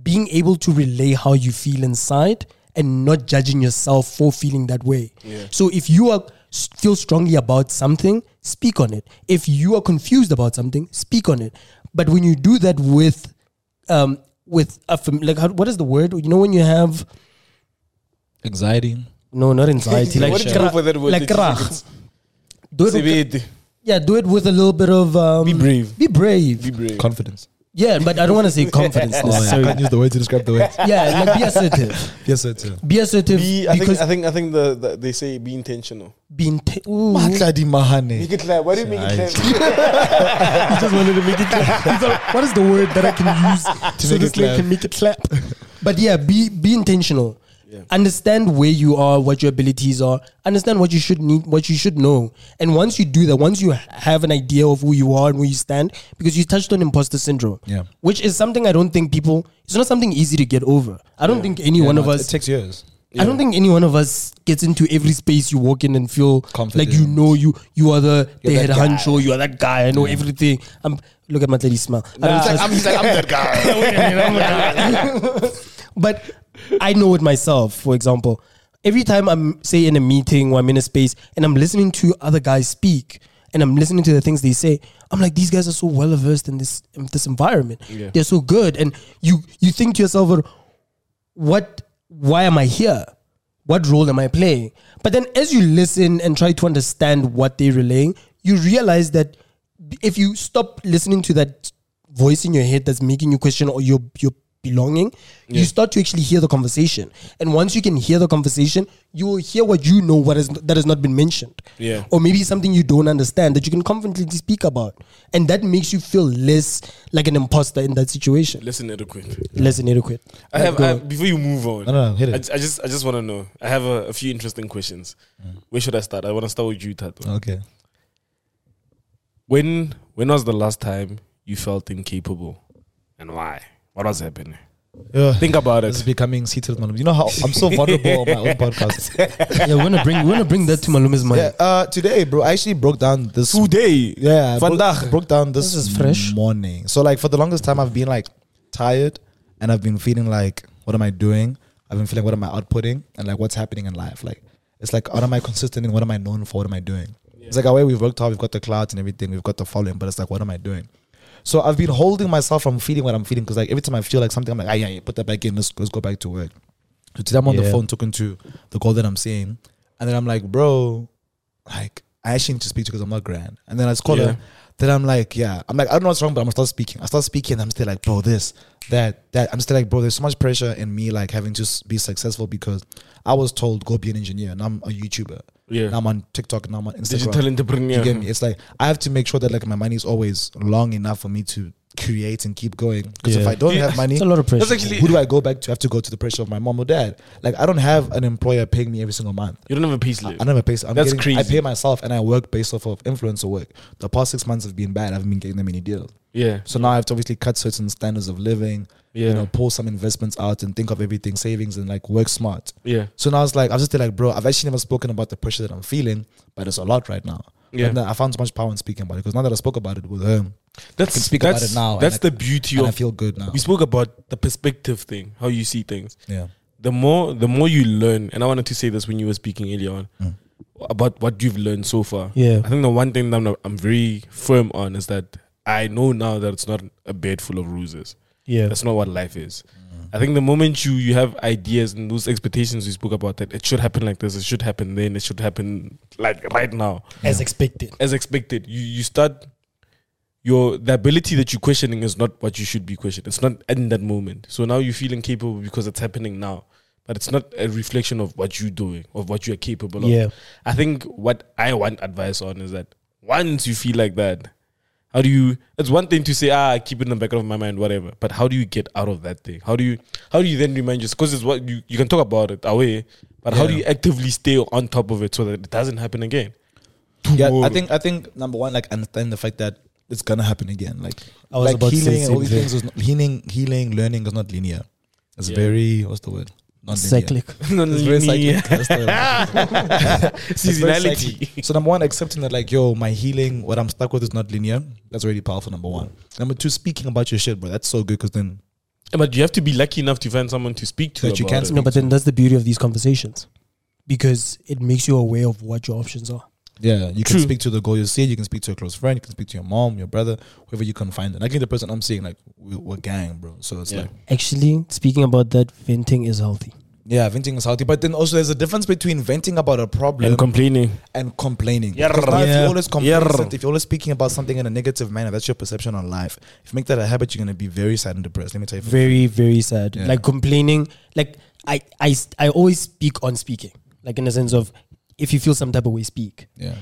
Speaker 5: being able to relay how you feel inside and not judging yourself for feeling that way. So if you are s- feel strongly about something, speak on it. If you are confused about something, speak on it. But when you do that with um with affirm- like how, what is the word? You know when you have
Speaker 4: Anxiety.
Speaker 5: no, not anxiety. like
Speaker 2: What did you come up with that word
Speaker 5: like
Speaker 2: that you
Speaker 5: krach.
Speaker 2: think it's-
Speaker 5: Do it. with-
Speaker 2: Sibidi.
Speaker 5: yeah, do it with a little bit of um,
Speaker 2: Be brave.
Speaker 5: Be brave.
Speaker 2: Be brave.
Speaker 4: Confidence.
Speaker 5: yeah, but I don't want to say confidence
Speaker 4: I
Speaker 5: necessarily.
Speaker 4: can't use the word to describe the word.
Speaker 5: yeah, like be assertive.
Speaker 4: Yes, sir. too.
Speaker 5: Be assertive
Speaker 2: Be, I think
Speaker 5: because
Speaker 2: I think I think the, the they say be intentional.
Speaker 5: be inte- ooh.
Speaker 4: Matladi Mahane.
Speaker 2: Make it clear. Why do you make it clear?
Speaker 5: I just wanted to make it clap. So, what is the word that I can use so
Speaker 4: make
Speaker 5: this
Speaker 4: it
Speaker 5: thing
Speaker 4: clap.
Speaker 5: can make it clap? But yeah, be be intentional. Understand where you are, what your abilities are. Understand what you should need, what you should know. And once you do that, once you have an idea of who you are and where you stand, because you touched on imposter syndrome,
Speaker 4: Yeah.
Speaker 5: which is something I don't think people. It's not something easy to get over. I don't think any one of
Speaker 4: No, it-
Speaker 5: us.
Speaker 4: It takes years.
Speaker 5: I don't think any one of us gets into every space you walk in and feel
Speaker 4: Confident.
Speaker 5: like you know you you are the, the
Speaker 4: You're
Speaker 5: head
Speaker 4: that
Speaker 5: honcho, you are that guy, I know everything. I'm look at my lady smile. I don't trust-
Speaker 4: that guy.
Speaker 5: but I know it myself, for example. Every time I'm say in a meeting or I'm in a space and I'm listening to other guys speak and I'm listening to the things they say, I'm like, these guys are so well versed in this in this environment. They're so good. And you you think to yourself, "Well, what why am I here? What role am I playing? But then as you listen and try to understand what they're relaying, you realize that if you stop listening to that voice in your head that's making you question or your your belonging, you start to actually hear the conversation. And once you can hear the conversation, you will hear what you know what is that has not been mentioned.
Speaker 2: Yeah.
Speaker 5: Or maybe something you don't understand that you can confidently speak about. And that makes you feel less like an imposter in that situation.
Speaker 2: Listen adequate.
Speaker 5: Less inadequate.
Speaker 2: I have, I have- before you move on.
Speaker 4: No, no, no, hit
Speaker 2: I,
Speaker 4: it.
Speaker 2: ju- I just I just want to know. I have a, a few interesting questions.
Speaker 4: Mm.
Speaker 2: Where should I start? I want to start with you, Tato.
Speaker 4: Okay.
Speaker 2: When when was the last time you felt incapable, and why? What was happening?
Speaker 4: Yeah.
Speaker 2: Think about
Speaker 4: This is
Speaker 2: it.
Speaker 4: becoming seated man. You know how I'm so vulnerable on my own podcast.
Speaker 5: yeah, we wanna bring we wanna bring that to Malume's mind.
Speaker 4: Yeah, uh, today, bro, I actually broke down this.
Speaker 2: Today,
Speaker 4: Yeah, I broke-
Speaker 2: Vandaag.
Speaker 4: broke down this,
Speaker 5: This is fresh.
Speaker 4: morning. So like for the longest time, I've been like tired, and I've been feeling like, what am I doing? I've been feeling, what am I outputting, and like what's happening in life? Like it's like, what am I consistent in? What am I known for? What am I doing? It's like a way we've worked hard, we've got the clout and everything, we've got the following, but it's like, what am I doing? So I've been holding myself from feeling what I'm feeling because like every time I feel like something, I'm like, ah, yeah, yeah, put that back in. Let's, let's go back to work. So today I'm on the
Speaker 5: Yeah.
Speaker 4: phone talking to the girl that I'm seeing, and then I'm like, bro, like I actually need to speak to because I'm not grand. And then I just call
Speaker 2: Yeah.
Speaker 4: her. Then I'm like, yeah, I'm like, I don't know what's wrong, but I'm gonna start speaking. I start speaking, and I'm still like, bro, this, that, that. I'm still like, bro, there's so much pressure in me like having to s- be successful because I was told go be an engineer, and I'm a YouTuber.
Speaker 2: Yeah.
Speaker 4: Now I'm on TikTok, and I'm on Instagram.
Speaker 2: digital entrepreneur.
Speaker 4: You get me? It's like I have to make sure that like my money is always long enough for me to create and keep going. Because if
Speaker 5: Yeah.
Speaker 4: I don't
Speaker 2: Yeah.
Speaker 4: have money,
Speaker 5: It's a lot of pressure.
Speaker 2: That's actually
Speaker 4: who do I go back to? I have to go to the pressure of my mom or dad. Like I don't have an employer paying me every single month.
Speaker 2: you don't have a piece
Speaker 4: I,
Speaker 2: left.
Speaker 4: I never pay. I'm
Speaker 2: That's
Speaker 4: getting, I
Speaker 2: crazy.
Speaker 4: pay myself and I work based off of influencer work. The past six months have been bad. I haven't been getting them any deals.
Speaker 2: yeah,
Speaker 4: So now I have to obviously cut certain standards of living.
Speaker 2: Yeah.
Speaker 4: You know, pull some investments out and think of everything savings and like work smart.
Speaker 2: yeah.
Speaker 4: So now it's like I was just like, bro, I've actually never spoken about the pressure that I'm feeling, but it's a lot right now.
Speaker 2: Yeah.
Speaker 4: And then I found so much power in speaking about it because now that I spoke about it with her,
Speaker 2: That's
Speaker 4: can speak about
Speaker 2: that's,
Speaker 4: it now, and
Speaker 2: That's
Speaker 4: I-
Speaker 2: the beauty
Speaker 4: and I
Speaker 2: of.
Speaker 4: feel good now.
Speaker 2: We spoke about the perspective thing, how you see things.
Speaker 4: Yeah.
Speaker 2: the more the more you learn, and I wanted to say this when you were speaking earlier on
Speaker 4: Mm.
Speaker 2: about what you've learned so far.
Speaker 5: Yeah.
Speaker 2: I think the one thing that I'm, I'm very firm on is that I know now that it's not a bed full of roses.
Speaker 5: Yeah.
Speaker 2: That's not what life is.
Speaker 4: Mm.
Speaker 2: I think the moment you you have ideas and those expectations we spoke about that it should happen like this, it should happen then, it should happen like right now
Speaker 5: as expected.
Speaker 2: as expected. You you start your the ability that you're questioning is not what you should be questioning. It's not in that moment. So now you feel incapable because it's happening now. But it's not a reflection of what you're doing, of what you are capable of.
Speaker 5: Yeah.
Speaker 2: I think what I want advice on is that once you feel like that, How do you? It's one thing to say, ah, I keep it in the back of my mind, whatever. But how do you get out of that thing? How do you? How do you then remind yourself? Because it's what you you can talk about it away, but how do you actively stay on top of it so that it doesn't happen again?
Speaker 4: Yeah, I
Speaker 2: Tomorrow.
Speaker 4: think I think number one, like understand the fact that it's gonna happen again. Like,
Speaker 5: I was
Speaker 4: like
Speaker 5: about to say
Speaker 4: healing
Speaker 5: the
Speaker 4: and all these
Speaker 5: same
Speaker 4: things is not, healing, healing, learning is not linear. It's
Speaker 2: Yeah.
Speaker 4: very what's the word? Not
Speaker 5: Cyclic.
Speaker 4: It's very cyclic. That's the word. It's very
Speaker 2: Seasonality.
Speaker 4: cyclic. So number one, accepting that like, yo, my healing, what I'm stuck with is not linear. That's really powerful. Number one. Number two, speaking about your shit, bro. That's so good because then
Speaker 2: But you have to be lucky enough to find someone to speak to.
Speaker 4: That you
Speaker 2: about
Speaker 4: can
Speaker 2: it.
Speaker 5: No, but then that's the beauty of these conversations because it makes you aware of what your options are.
Speaker 4: Yeah, you can
Speaker 2: True.
Speaker 4: speak to the goal you see. You can speak to a close friend. You can speak to your mom, your brother, whoever you can find. And I think the person I'm seeing, like, we- we're gang, bro. So it's
Speaker 2: Yeah.
Speaker 4: like,
Speaker 5: Actually, speaking about that, venting is healthy.
Speaker 4: yeah, venting is healthy. But then also, there's a difference between venting about a problem
Speaker 2: and
Speaker 4: and,
Speaker 2: complaining.
Speaker 4: complaining.
Speaker 2: Yeah.
Speaker 4: Because now If
Speaker 2: Yeah.
Speaker 4: you're always complaining,
Speaker 2: Yeah.
Speaker 4: something- if you're always speaking about something in a negative manner, that's your perception on life. If you make that a habit, you're gonna be very sad and depressed. Let me tell you.
Speaker 5: Very, very sad.
Speaker 4: Yeah.
Speaker 5: Like complaining. Like I, I, I always speak on speaking. Like in the sense of, if you feel some type of way, speak.
Speaker 4: Yeah.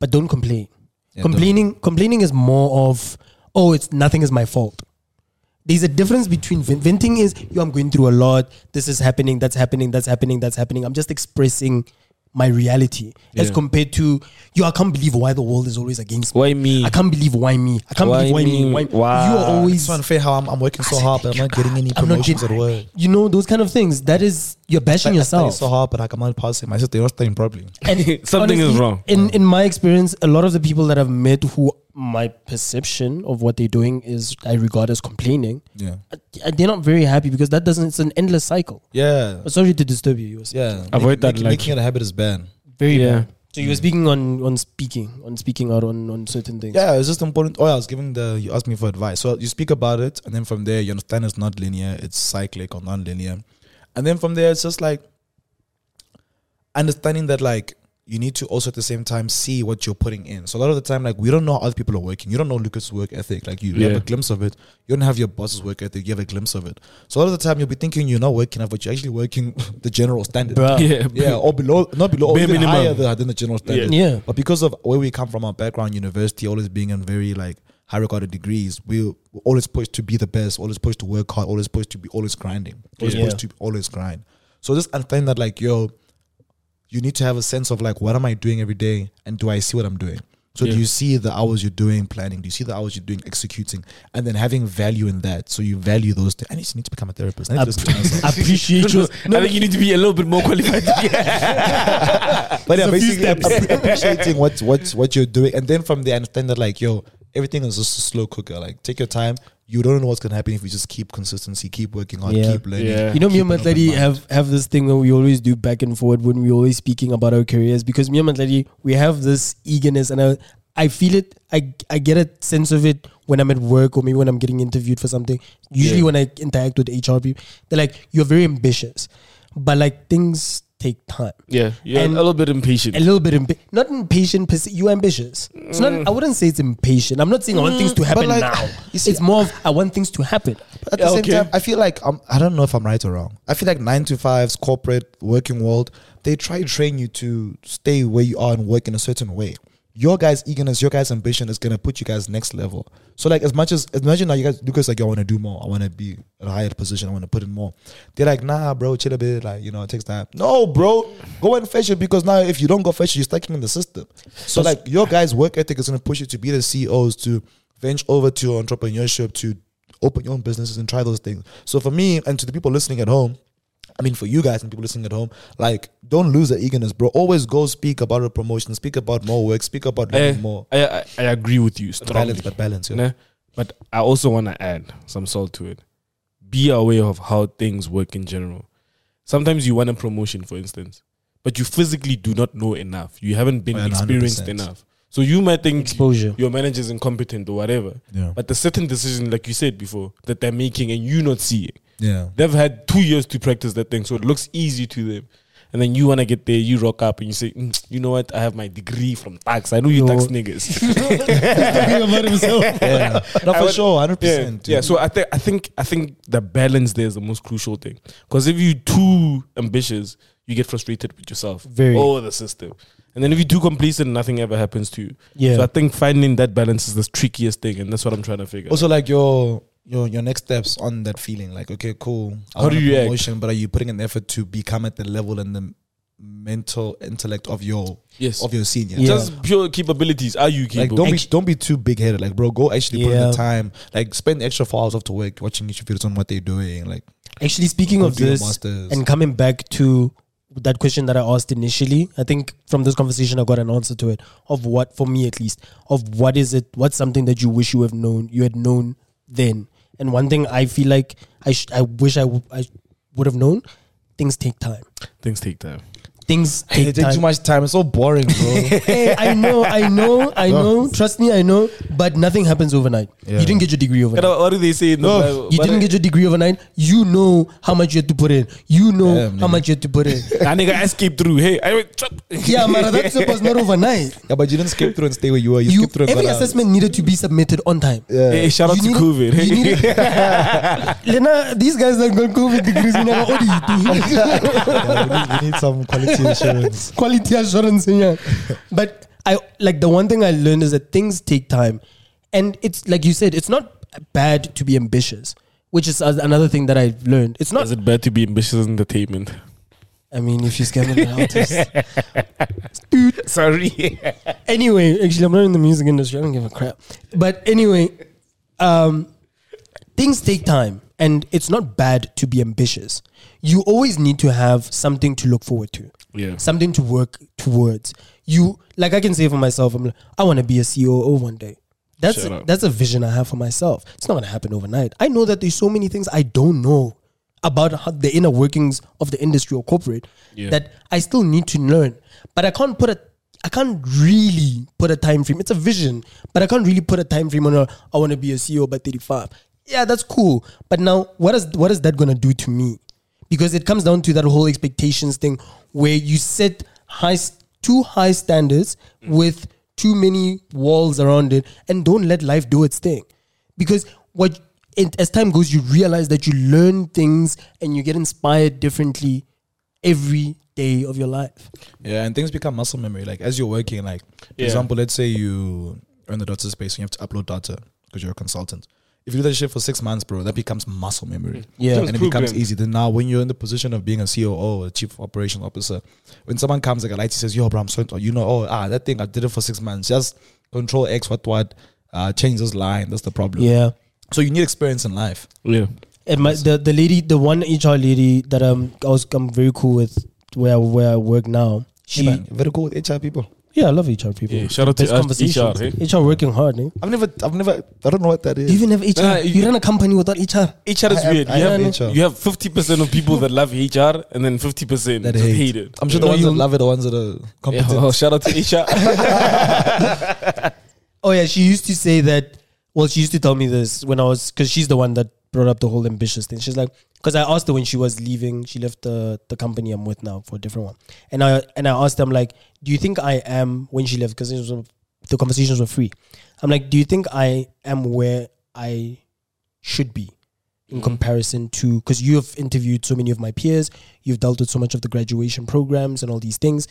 Speaker 5: but don't complain.
Speaker 4: Yeah,
Speaker 5: complaining complaining is more of oh it's nothing is my fault. There's a difference between ven- venting is yo I'm going through a lot. This is happening. That's happening. That's happening. That's happening. I'm just expressing my reality as
Speaker 2: Yeah.
Speaker 5: compared to yo I can't believe why the world is always against me.
Speaker 2: Why me?
Speaker 5: I can't believe why me. I can't
Speaker 2: Why
Speaker 5: believe why me.
Speaker 2: me?
Speaker 5: Why,
Speaker 2: Why?
Speaker 5: You are always
Speaker 4: It's unfair how I'm, I'm working so hard, but I'm not getting any
Speaker 5: I'm not
Speaker 4: promotions
Speaker 5: getting-
Speaker 4: at work.
Speaker 5: you know those kind of things. That is you're bashing
Speaker 4: Like, I study
Speaker 5: yourself.
Speaker 4: so hard, but like, I'm not passing. My sister, you're not studying properly.
Speaker 5: And
Speaker 2: Something is wrong.
Speaker 5: In in my experience, a lot of the people that I've met who my perception of what they're doing is I regard as complaining.
Speaker 4: Yeah.
Speaker 5: uh, They're not very happy because that doesn't. It's an endless cycle.
Speaker 4: Yeah.
Speaker 5: Uh, Sorry to disturb you. you were saying.
Speaker 4: Yeah.
Speaker 2: Avoid that,
Speaker 4: Making,
Speaker 2: like-
Speaker 4: making it a habit is bad.
Speaker 5: very
Speaker 2: Yeah.
Speaker 5: bad. So you were speaking on on speaking on speaking out on on certain things.
Speaker 4: Yeah, it's just important. Oh, yeah, I was giving the you asked me for advice. So you speak about it, and then from there you understand it's not linear, it's cyclic or non-linear, and then from there it's just like understanding that like you need to also at the same time see what you're putting in. So a lot of the time, like we don't know how other people are working. You don't know Lucas' work ethic. Like you have
Speaker 2: Yeah.
Speaker 4: a glimpse of it. You don't have your boss's work ethic. You have a glimpse of it. So a lot of the time you'll be thinking you're not working enough, but you're actually working the general standard.
Speaker 5: Bruh.
Speaker 2: Yeah,
Speaker 4: Yeah, or below, not below, or
Speaker 2: Bare
Speaker 4: even
Speaker 2: minimum.
Speaker 4: higher than, than the general standard.
Speaker 5: Yeah. Yeah.
Speaker 4: But because of where we come from, our background, university, always being in very like high regarded degrees, we we're always pushed to be the best, always pushed to work hard, always pushed to be always grinding, always
Speaker 5: Yeah.
Speaker 4: pushed to always grind. So just understand that like yo, you need to have a sense of like what am I doing every day, and do I see what I'm doing. So
Speaker 2: Yeah.
Speaker 4: do you see the hours you're doing planning? Do you see the hours you're doing executing, and then having value in that? So you value those. Th- I need to need to become a therapist. I need to listen to myself.
Speaker 5: I appreciate you.
Speaker 2: I think you need to be a little bit more qualified.
Speaker 4: but yeah,
Speaker 5: It's a few
Speaker 4: basically app- appreciating what what what you're doing, and then from there understand that like yo, everything is just a slow cooker. Like take your time. You don't know what's gonna happen if you just keep consistency, keep working hard,
Speaker 5: Yeah.
Speaker 4: keep learning.
Speaker 2: Yeah.
Speaker 5: You know, me
Speaker 4: keep
Speaker 5: and
Speaker 4: an open
Speaker 5: Matladi
Speaker 4: mind.
Speaker 5: have, have this thing where we always do back and forward when we're always speaking about our careers because me and Matladi, we have this eagerness and I, I feel it. I, I get a sense of it when I'm at work or maybe when I'm getting interviewed for something. Usually,
Speaker 2: Yeah.
Speaker 5: when I interact with HR people, they're like, you're very ambitious, but like things take time.
Speaker 2: yeah, yeah,
Speaker 5: And-
Speaker 2: a little bit impatient.
Speaker 5: A little bit, impa- not impatient, per se, you're ambitious. It's not, I wouldn't say it's impatient. I'm not saying I want things to
Speaker 2: Mm,
Speaker 5: happen
Speaker 4: like,
Speaker 5: now. it's more of I want things to happen.
Speaker 4: At the
Speaker 2: Yeah,
Speaker 4: same
Speaker 2: okay.
Speaker 4: time, I feel like um, I don't know if I'm right or wrong. I feel like nine to fives, corporate working world, they try to train you to stay where you are and work in a certain way. Your guys' eagerness, your guys' ambition is gonna put you guys next level. So like as much as imagine now you guys Lucas like yo, I wanna do more, I wanna be at a higher position, I wanna put in more. They're like, nah, bro, chill a bit, like you know, it takes time. No, bro, go and fetch it because now if you don't go fetch it, you're stuck in the system. So like your guys' work ethic is gonna push you to be the CEOs, to venture over to entrepreneurship, to open your own businesses and try those things. So for me and to the people listening at home, I mean for you guys and people listening at home, like don't lose that eagerness, bro. Always go speak about a promotion, speak about more work, speak about
Speaker 2: Eh,
Speaker 4: learning more.
Speaker 2: I, I, I agree with you
Speaker 4: Balance,
Speaker 2: strongly.
Speaker 4: but balance. Yeah.
Speaker 2: Nah, But I also want to add some salt to it. Be aware of how things work in general. Sometimes you want a promotion, for instance, but you physically do not know enough. You haven't been
Speaker 4: Well,
Speaker 2: experienced
Speaker 4: 100%.
Speaker 2: enough. So you might think
Speaker 5: Exposure.
Speaker 2: your manager is incompetent or whatever.
Speaker 4: Yeah.
Speaker 2: But the certain decision, like you said before, that they're making and you not seeing,
Speaker 4: yeah.
Speaker 2: they've had two years to practice that thing, so it looks easy to them. And then you want to get there, you rock up and you say, "Mm, you know what? I have my degree from tax. I know
Speaker 5: Yo.
Speaker 2: you tax niggas.
Speaker 4: yeah. No,
Speaker 2: I
Speaker 4: for
Speaker 2: would-
Speaker 4: sure, hundred
Speaker 2: yeah,
Speaker 4: percent.
Speaker 2: yeah. So I think I think I think the balance there is the most crucial thing. Because if you too ambitious, you get frustrated with yourself
Speaker 5: Very.
Speaker 2: or the system, And then if you're too complacent, nothing ever happens to you.
Speaker 5: Yeah.
Speaker 2: So I think finding that balance is the trickiest thing, and that's what I'm trying to figure. out.
Speaker 4: Also, like your your your next steps on that feeling. Like, okay, cool. I
Speaker 2: How
Speaker 4: want
Speaker 2: do
Speaker 4: a
Speaker 2: you act?
Speaker 4: promotion, But are you putting an effort to become at the level and the mental intellect of your
Speaker 2: Yes.
Speaker 4: of your senior?
Speaker 5: Yeah.
Speaker 2: Just pure capabilities. Are you
Speaker 4: Like
Speaker 2: capable?
Speaker 4: don't be don't be too big headed. Like bro, go actually put in
Speaker 5: Yeah.
Speaker 4: the time. Like spend extra four hours after work watching YouTube videos on what they're doing. Like
Speaker 5: Actually, speaking
Speaker 4: Go
Speaker 5: of
Speaker 4: do your
Speaker 5: this
Speaker 4: masters.
Speaker 5: and coming back to that question that I asked initially, I think from this conversation I got an answer to it of what, for me at least, of what is it, what's something that you wish you have known, you had known then. And one thing I feel like I sh- I wish I, w- I would have known, things take time.
Speaker 2: Things take time.
Speaker 5: Things
Speaker 4: they
Speaker 5: take
Speaker 4: take
Speaker 5: time.
Speaker 4: too much time. It's so boring, bro.
Speaker 5: hey, I know, I know, I know. Trust me, I know. But nothing happens overnight.
Speaker 4: Oh. Yeah.
Speaker 5: You didn't get your degree overnight.
Speaker 2: And, uh, what do they say? In the Bible?
Speaker 5: You
Speaker 2: But
Speaker 5: didn't
Speaker 2: I-
Speaker 5: get your degree overnight. You know how much you had to put in. You know
Speaker 4: Damn,
Speaker 5: how
Speaker 4: nigga.
Speaker 5: much you had to put in.
Speaker 2: That nigga escaped through. Hey, I went. chop.
Speaker 5: yeah, Mara, that step was not overnight.
Speaker 4: yeah, but you didn't skip through and stay where you were. You,
Speaker 5: You,
Speaker 4: skipped through and
Speaker 5: every
Speaker 4: got out.
Speaker 5: assessment needed to be submitted on time.
Speaker 4: Yeah.
Speaker 2: Hey, shout out
Speaker 5: You
Speaker 2: to
Speaker 5: need-
Speaker 2: COVID.
Speaker 5: you
Speaker 2: Hey.
Speaker 5: need- Lena, these guys that got COVID degrees, you never what do you do?
Speaker 4: Yeah, we, need, we need some quality assurance.
Speaker 5: Quality assurance, yeah. But I like the one thing I learned is that things take time, and it's like you said, it's not bad to be ambitious, which is as- another thing that I learned. It's not
Speaker 2: Is it bad to be ambitious in entertainment?
Speaker 5: I mean, if she's scamming an artist.
Speaker 2: Sorry.
Speaker 5: Anyway, actually, I'm not in the music industry. I don't give a crap. But anyway, um, things take time, and it's not bad to be ambitious. You always need to have something to look forward to.
Speaker 2: Yeah.
Speaker 5: Something to work towards. You like I can say for myself, I'm like, I want to be a COO one day. That's
Speaker 2: Shut up.
Speaker 5: that's a vision I have for myself. It's not gonna happen overnight. I know that there's so many things I don't know about how the inner workings of the industry or corporate
Speaker 2: Yeah.
Speaker 5: that I still need to learn. But I can't put a I can't really put a time frame. It's a vision, but I can't really put a time frame on a, I want to be a CEO by 35. Yeah, that's cool. But now what is what is that gonna do to me? Because it comes down to that whole expectations thing where you set high s- too high standards with too many walls around it and don't let life do its thing because what it, as time goes you realize that you learn things and you get inspired differently every day of your life
Speaker 4: Yeah, and things become muscle memory. Like as you're working, like for
Speaker 2: Yeah.
Speaker 4: example, let's say you are in the data space and you have to upload data because you're a consultant. If you do that shit for six months, bro, that becomes muscle
Speaker 2: Mm.
Speaker 4: memory.
Speaker 5: Yeah.
Speaker 4: and
Speaker 2: Becomes
Speaker 4: it becomes
Speaker 2: programmed.
Speaker 4: easy. Then now, when you're in the position of being a COO, a chief operations officer, when someone comes like a light, he says, "Yo, bro, I'm so you know, oh ah, that thing I did it for six months. Just control X, what what, uh, change this line. That's the problem.
Speaker 5: yeah
Speaker 4: So you need experience in life.
Speaker 2: Yeah.
Speaker 5: and my the, the lady the one hr lady that um i was i'm very cool with where I, where i work now she
Speaker 4: Hey, man, very cool with HR people.
Speaker 5: yeah i love hr people
Speaker 2: Yeah, shout out to
Speaker 5: Best
Speaker 2: us,
Speaker 5: conversations.
Speaker 2: HR, eh?
Speaker 5: hr working hard eh?
Speaker 4: I've never, I've never, I don't know what that is.
Speaker 5: you even have hr
Speaker 2: Nah,
Speaker 5: you,
Speaker 2: you-
Speaker 5: run a company without hr
Speaker 2: HR is
Speaker 4: I have-
Speaker 2: weird.
Speaker 4: I
Speaker 2: you,
Speaker 4: have
Speaker 2: have,
Speaker 4: HR.
Speaker 2: you have fifty percent of people that love HR, and then fifty percent
Speaker 4: that
Speaker 2: just
Speaker 4: hate.
Speaker 2: hate. it.
Speaker 4: I'm sure the
Speaker 5: No,
Speaker 4: ones that
Speaker 5: you-
Speaker 4: love it are the ones that
Speaker 2: Yeah,
Speaker 4: are
Speaker 2: oh,
Speaker 4: competent.
Speaker 2: well, shout out to HR.
Speaker 5: Oh yeah, she used to say that. Well, she used to tell me this when I was because she's the one that brought up the whole ambitious thing. She's like, because I asked her when she was leaving, she left the the company I'm with now for a different one, and I and I asked them like, do you think I am when she left because the conversations were free. I'm like, do you think I am where I should be in comparison to because you have interviewed so many of my peers, you've dealt with so much of the graduation programs and all these things.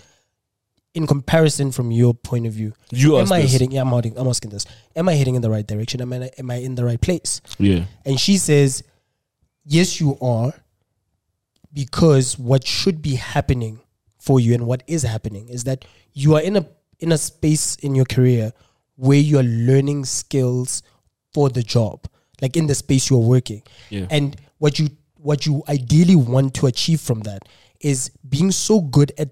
Speaker 5: In comparison, from your point of view,
Speaker 2: you
Speaker 5: am
Speaker 2: asked
Speaker 5: I
Speaker 2: this.
Speaker 5: heading? Yeah, I'm, heading- I'm asking this. Am I heading in the right direction? Am I am I in the right place?
Speaker 2: Yeah.
Speaker 5: And she says, "Yes, you are, because what should be happening for you and what is happening is that you are in a in a space in your career where you are learning skills for the job, like in the space you are working,
Speaker 2: Yeah.
Speaker 5: and what you what you ideally want to achieve from that is being so good at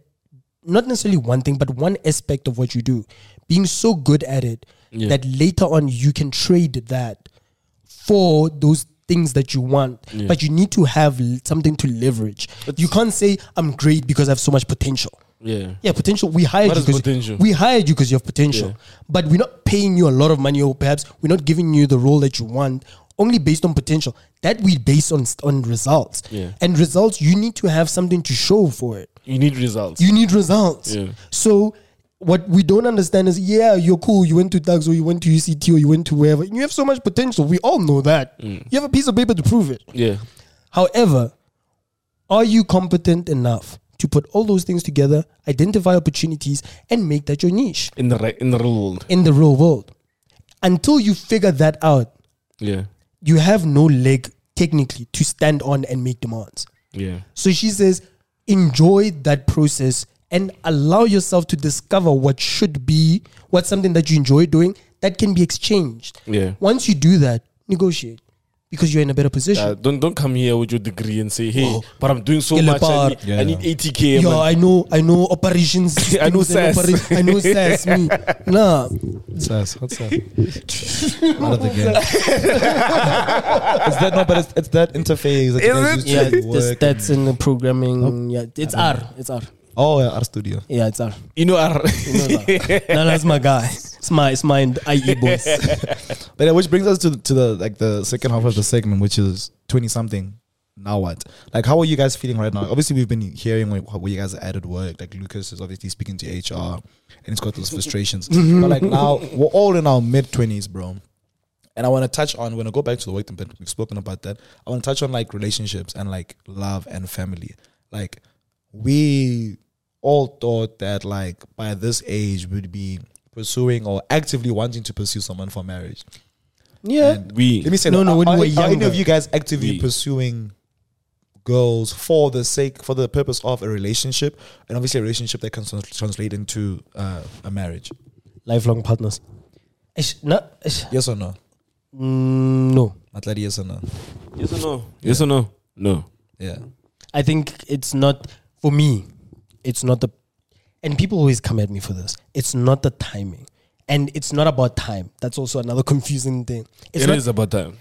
Speaker 5: not necessarily one thing but one aspect of what you do being so good at it
Speaker 2: Yeah.
Speaker 5: that later on you can trade that for those things that you want but you need to have l- something to leverage you can't say i'm great because i have so much potential
Speaker 2: Yeah.
Speaker 5: yeah potential we hired
Speaker 2: What
Speaker 5: you
Speaker 2: is
Speaker 5: 'cause-
Speaker 2: potential?
Speaker 5: we hired you because you have potential but we're not paying you a lot of money or perhaps we're not giving you the role that you want only based on potential that we base on on results
Speaker 2: Yeah.
Speaker 5: and results you need to have something to show for it
Speaker 2: You need results.
Speaker 5: you need results.
Speaker 2: Yeah.
Speaker 5: So what we don't understand is, yeah, you're cool. You went to Dags or you went to UCT or you went to wherever. You have so much potential. We all know that. You have a piece of paper to prove it.
Speaker 2: yeah.
Speaker 5: However, are you competent enough to put all those things together, identify opportunities, and make that your niche
Speaker 2: in the re- in the real world.
Speaker 5: in the real world. Until you figure that out,
Speaker 2: Yeah,
Speaker 5: you have no leg technically to stand on and make demands.
Speaker 2: yeah.
Speaker 5: So she says, enjoy that process and allow yourself to discover what should be, what's something that you enjoy doing that can be exchanged.
Speaker 2: Yeah.
Speaker 5: Once you do that, negotiate because you're in a better position.
Speaker 2: Uh, don't don't come here with your degree and say, hey, but I'm doing so
Speaker 5: Get a
Speaker 2: much. I
Speaker 5: Oh. bar.
Speaker 2: need,
Speaker 4: Yeah.
Speaker 2: I need 80k. a
Speaker 5: Yo,
Speaker 2: month."
Speaker 5: I know, I know operations.
Speaker 2: I know
Speaker 5: systems and
Speaker 2: SAS.
Speaker 5: I know SAS. Me, nah.
Speaker 4: Sass, what's that? Out of the game. it's that no, but it's, it's that interface. That you guys
Speaker 2: it?
Speaker 4: use to
Speaker 5: the
Speaker 4: work.
Speaker 5: stats in the programming. Yeah, it's R. It's R.
Speaker 4: Oh, yeah, R Studio.
Speaker 5: Yeah, it's R.
Speaker 2: you know, I,
Speaker 5: no, that's my guy. It's my, it's my E IE boys.
Speaker 4: But yeah, which brings us to to the like the second half of the segment, which is twenty something. Now what? Like, how are you guys feeling right now? Obviously, we've been hearing where, where you guys are at at work. Like, Lucas is obviously speaking to HR, and he's got those frustrations. but like now, we're all in our mid twenties, bro. And I want to touch on. We're gonna go back to the work thing, but we've spoken about that. I want to touch on like relationships and like love and family. Like, we all thought that like by this age we'd be pursuing or actively wanting to pursue someone for marriage.
Speaker 5: Yeah.
Speaker 2: we
Speaker 4: Let me say
Speaker 5: No,
Speaker 4: that.
Speaker 5: no, when
Speaker 4: are,
Speaker 5: we were
Speaker 4: are any
Speaker 5: younger.
Speaker 4: of you guys actively
Speaker 2: We-
Speaker 4: pursuing girls for the sake, for the purpose of a relationship, and obviously a relationship that can trans- translate into uh, a marriage?
Speaker 5: Lifelong partners. Ish, no, ish,
Speaker 4: Yes or no?
Speaker 5: mm, no.
Speaker 4: Matladi, yes or no?
Speaker 2: yes or no? Yes or no? No.
Speaker 4: Yeah.
Speaker 5: I think it's not for me. It's not the, and people always come at me for this. It's not the timing, and it's not about time. That's also another confusing thing. It's
Speaker 2: It
Speaker 5: not,
Speaker 2: is about time.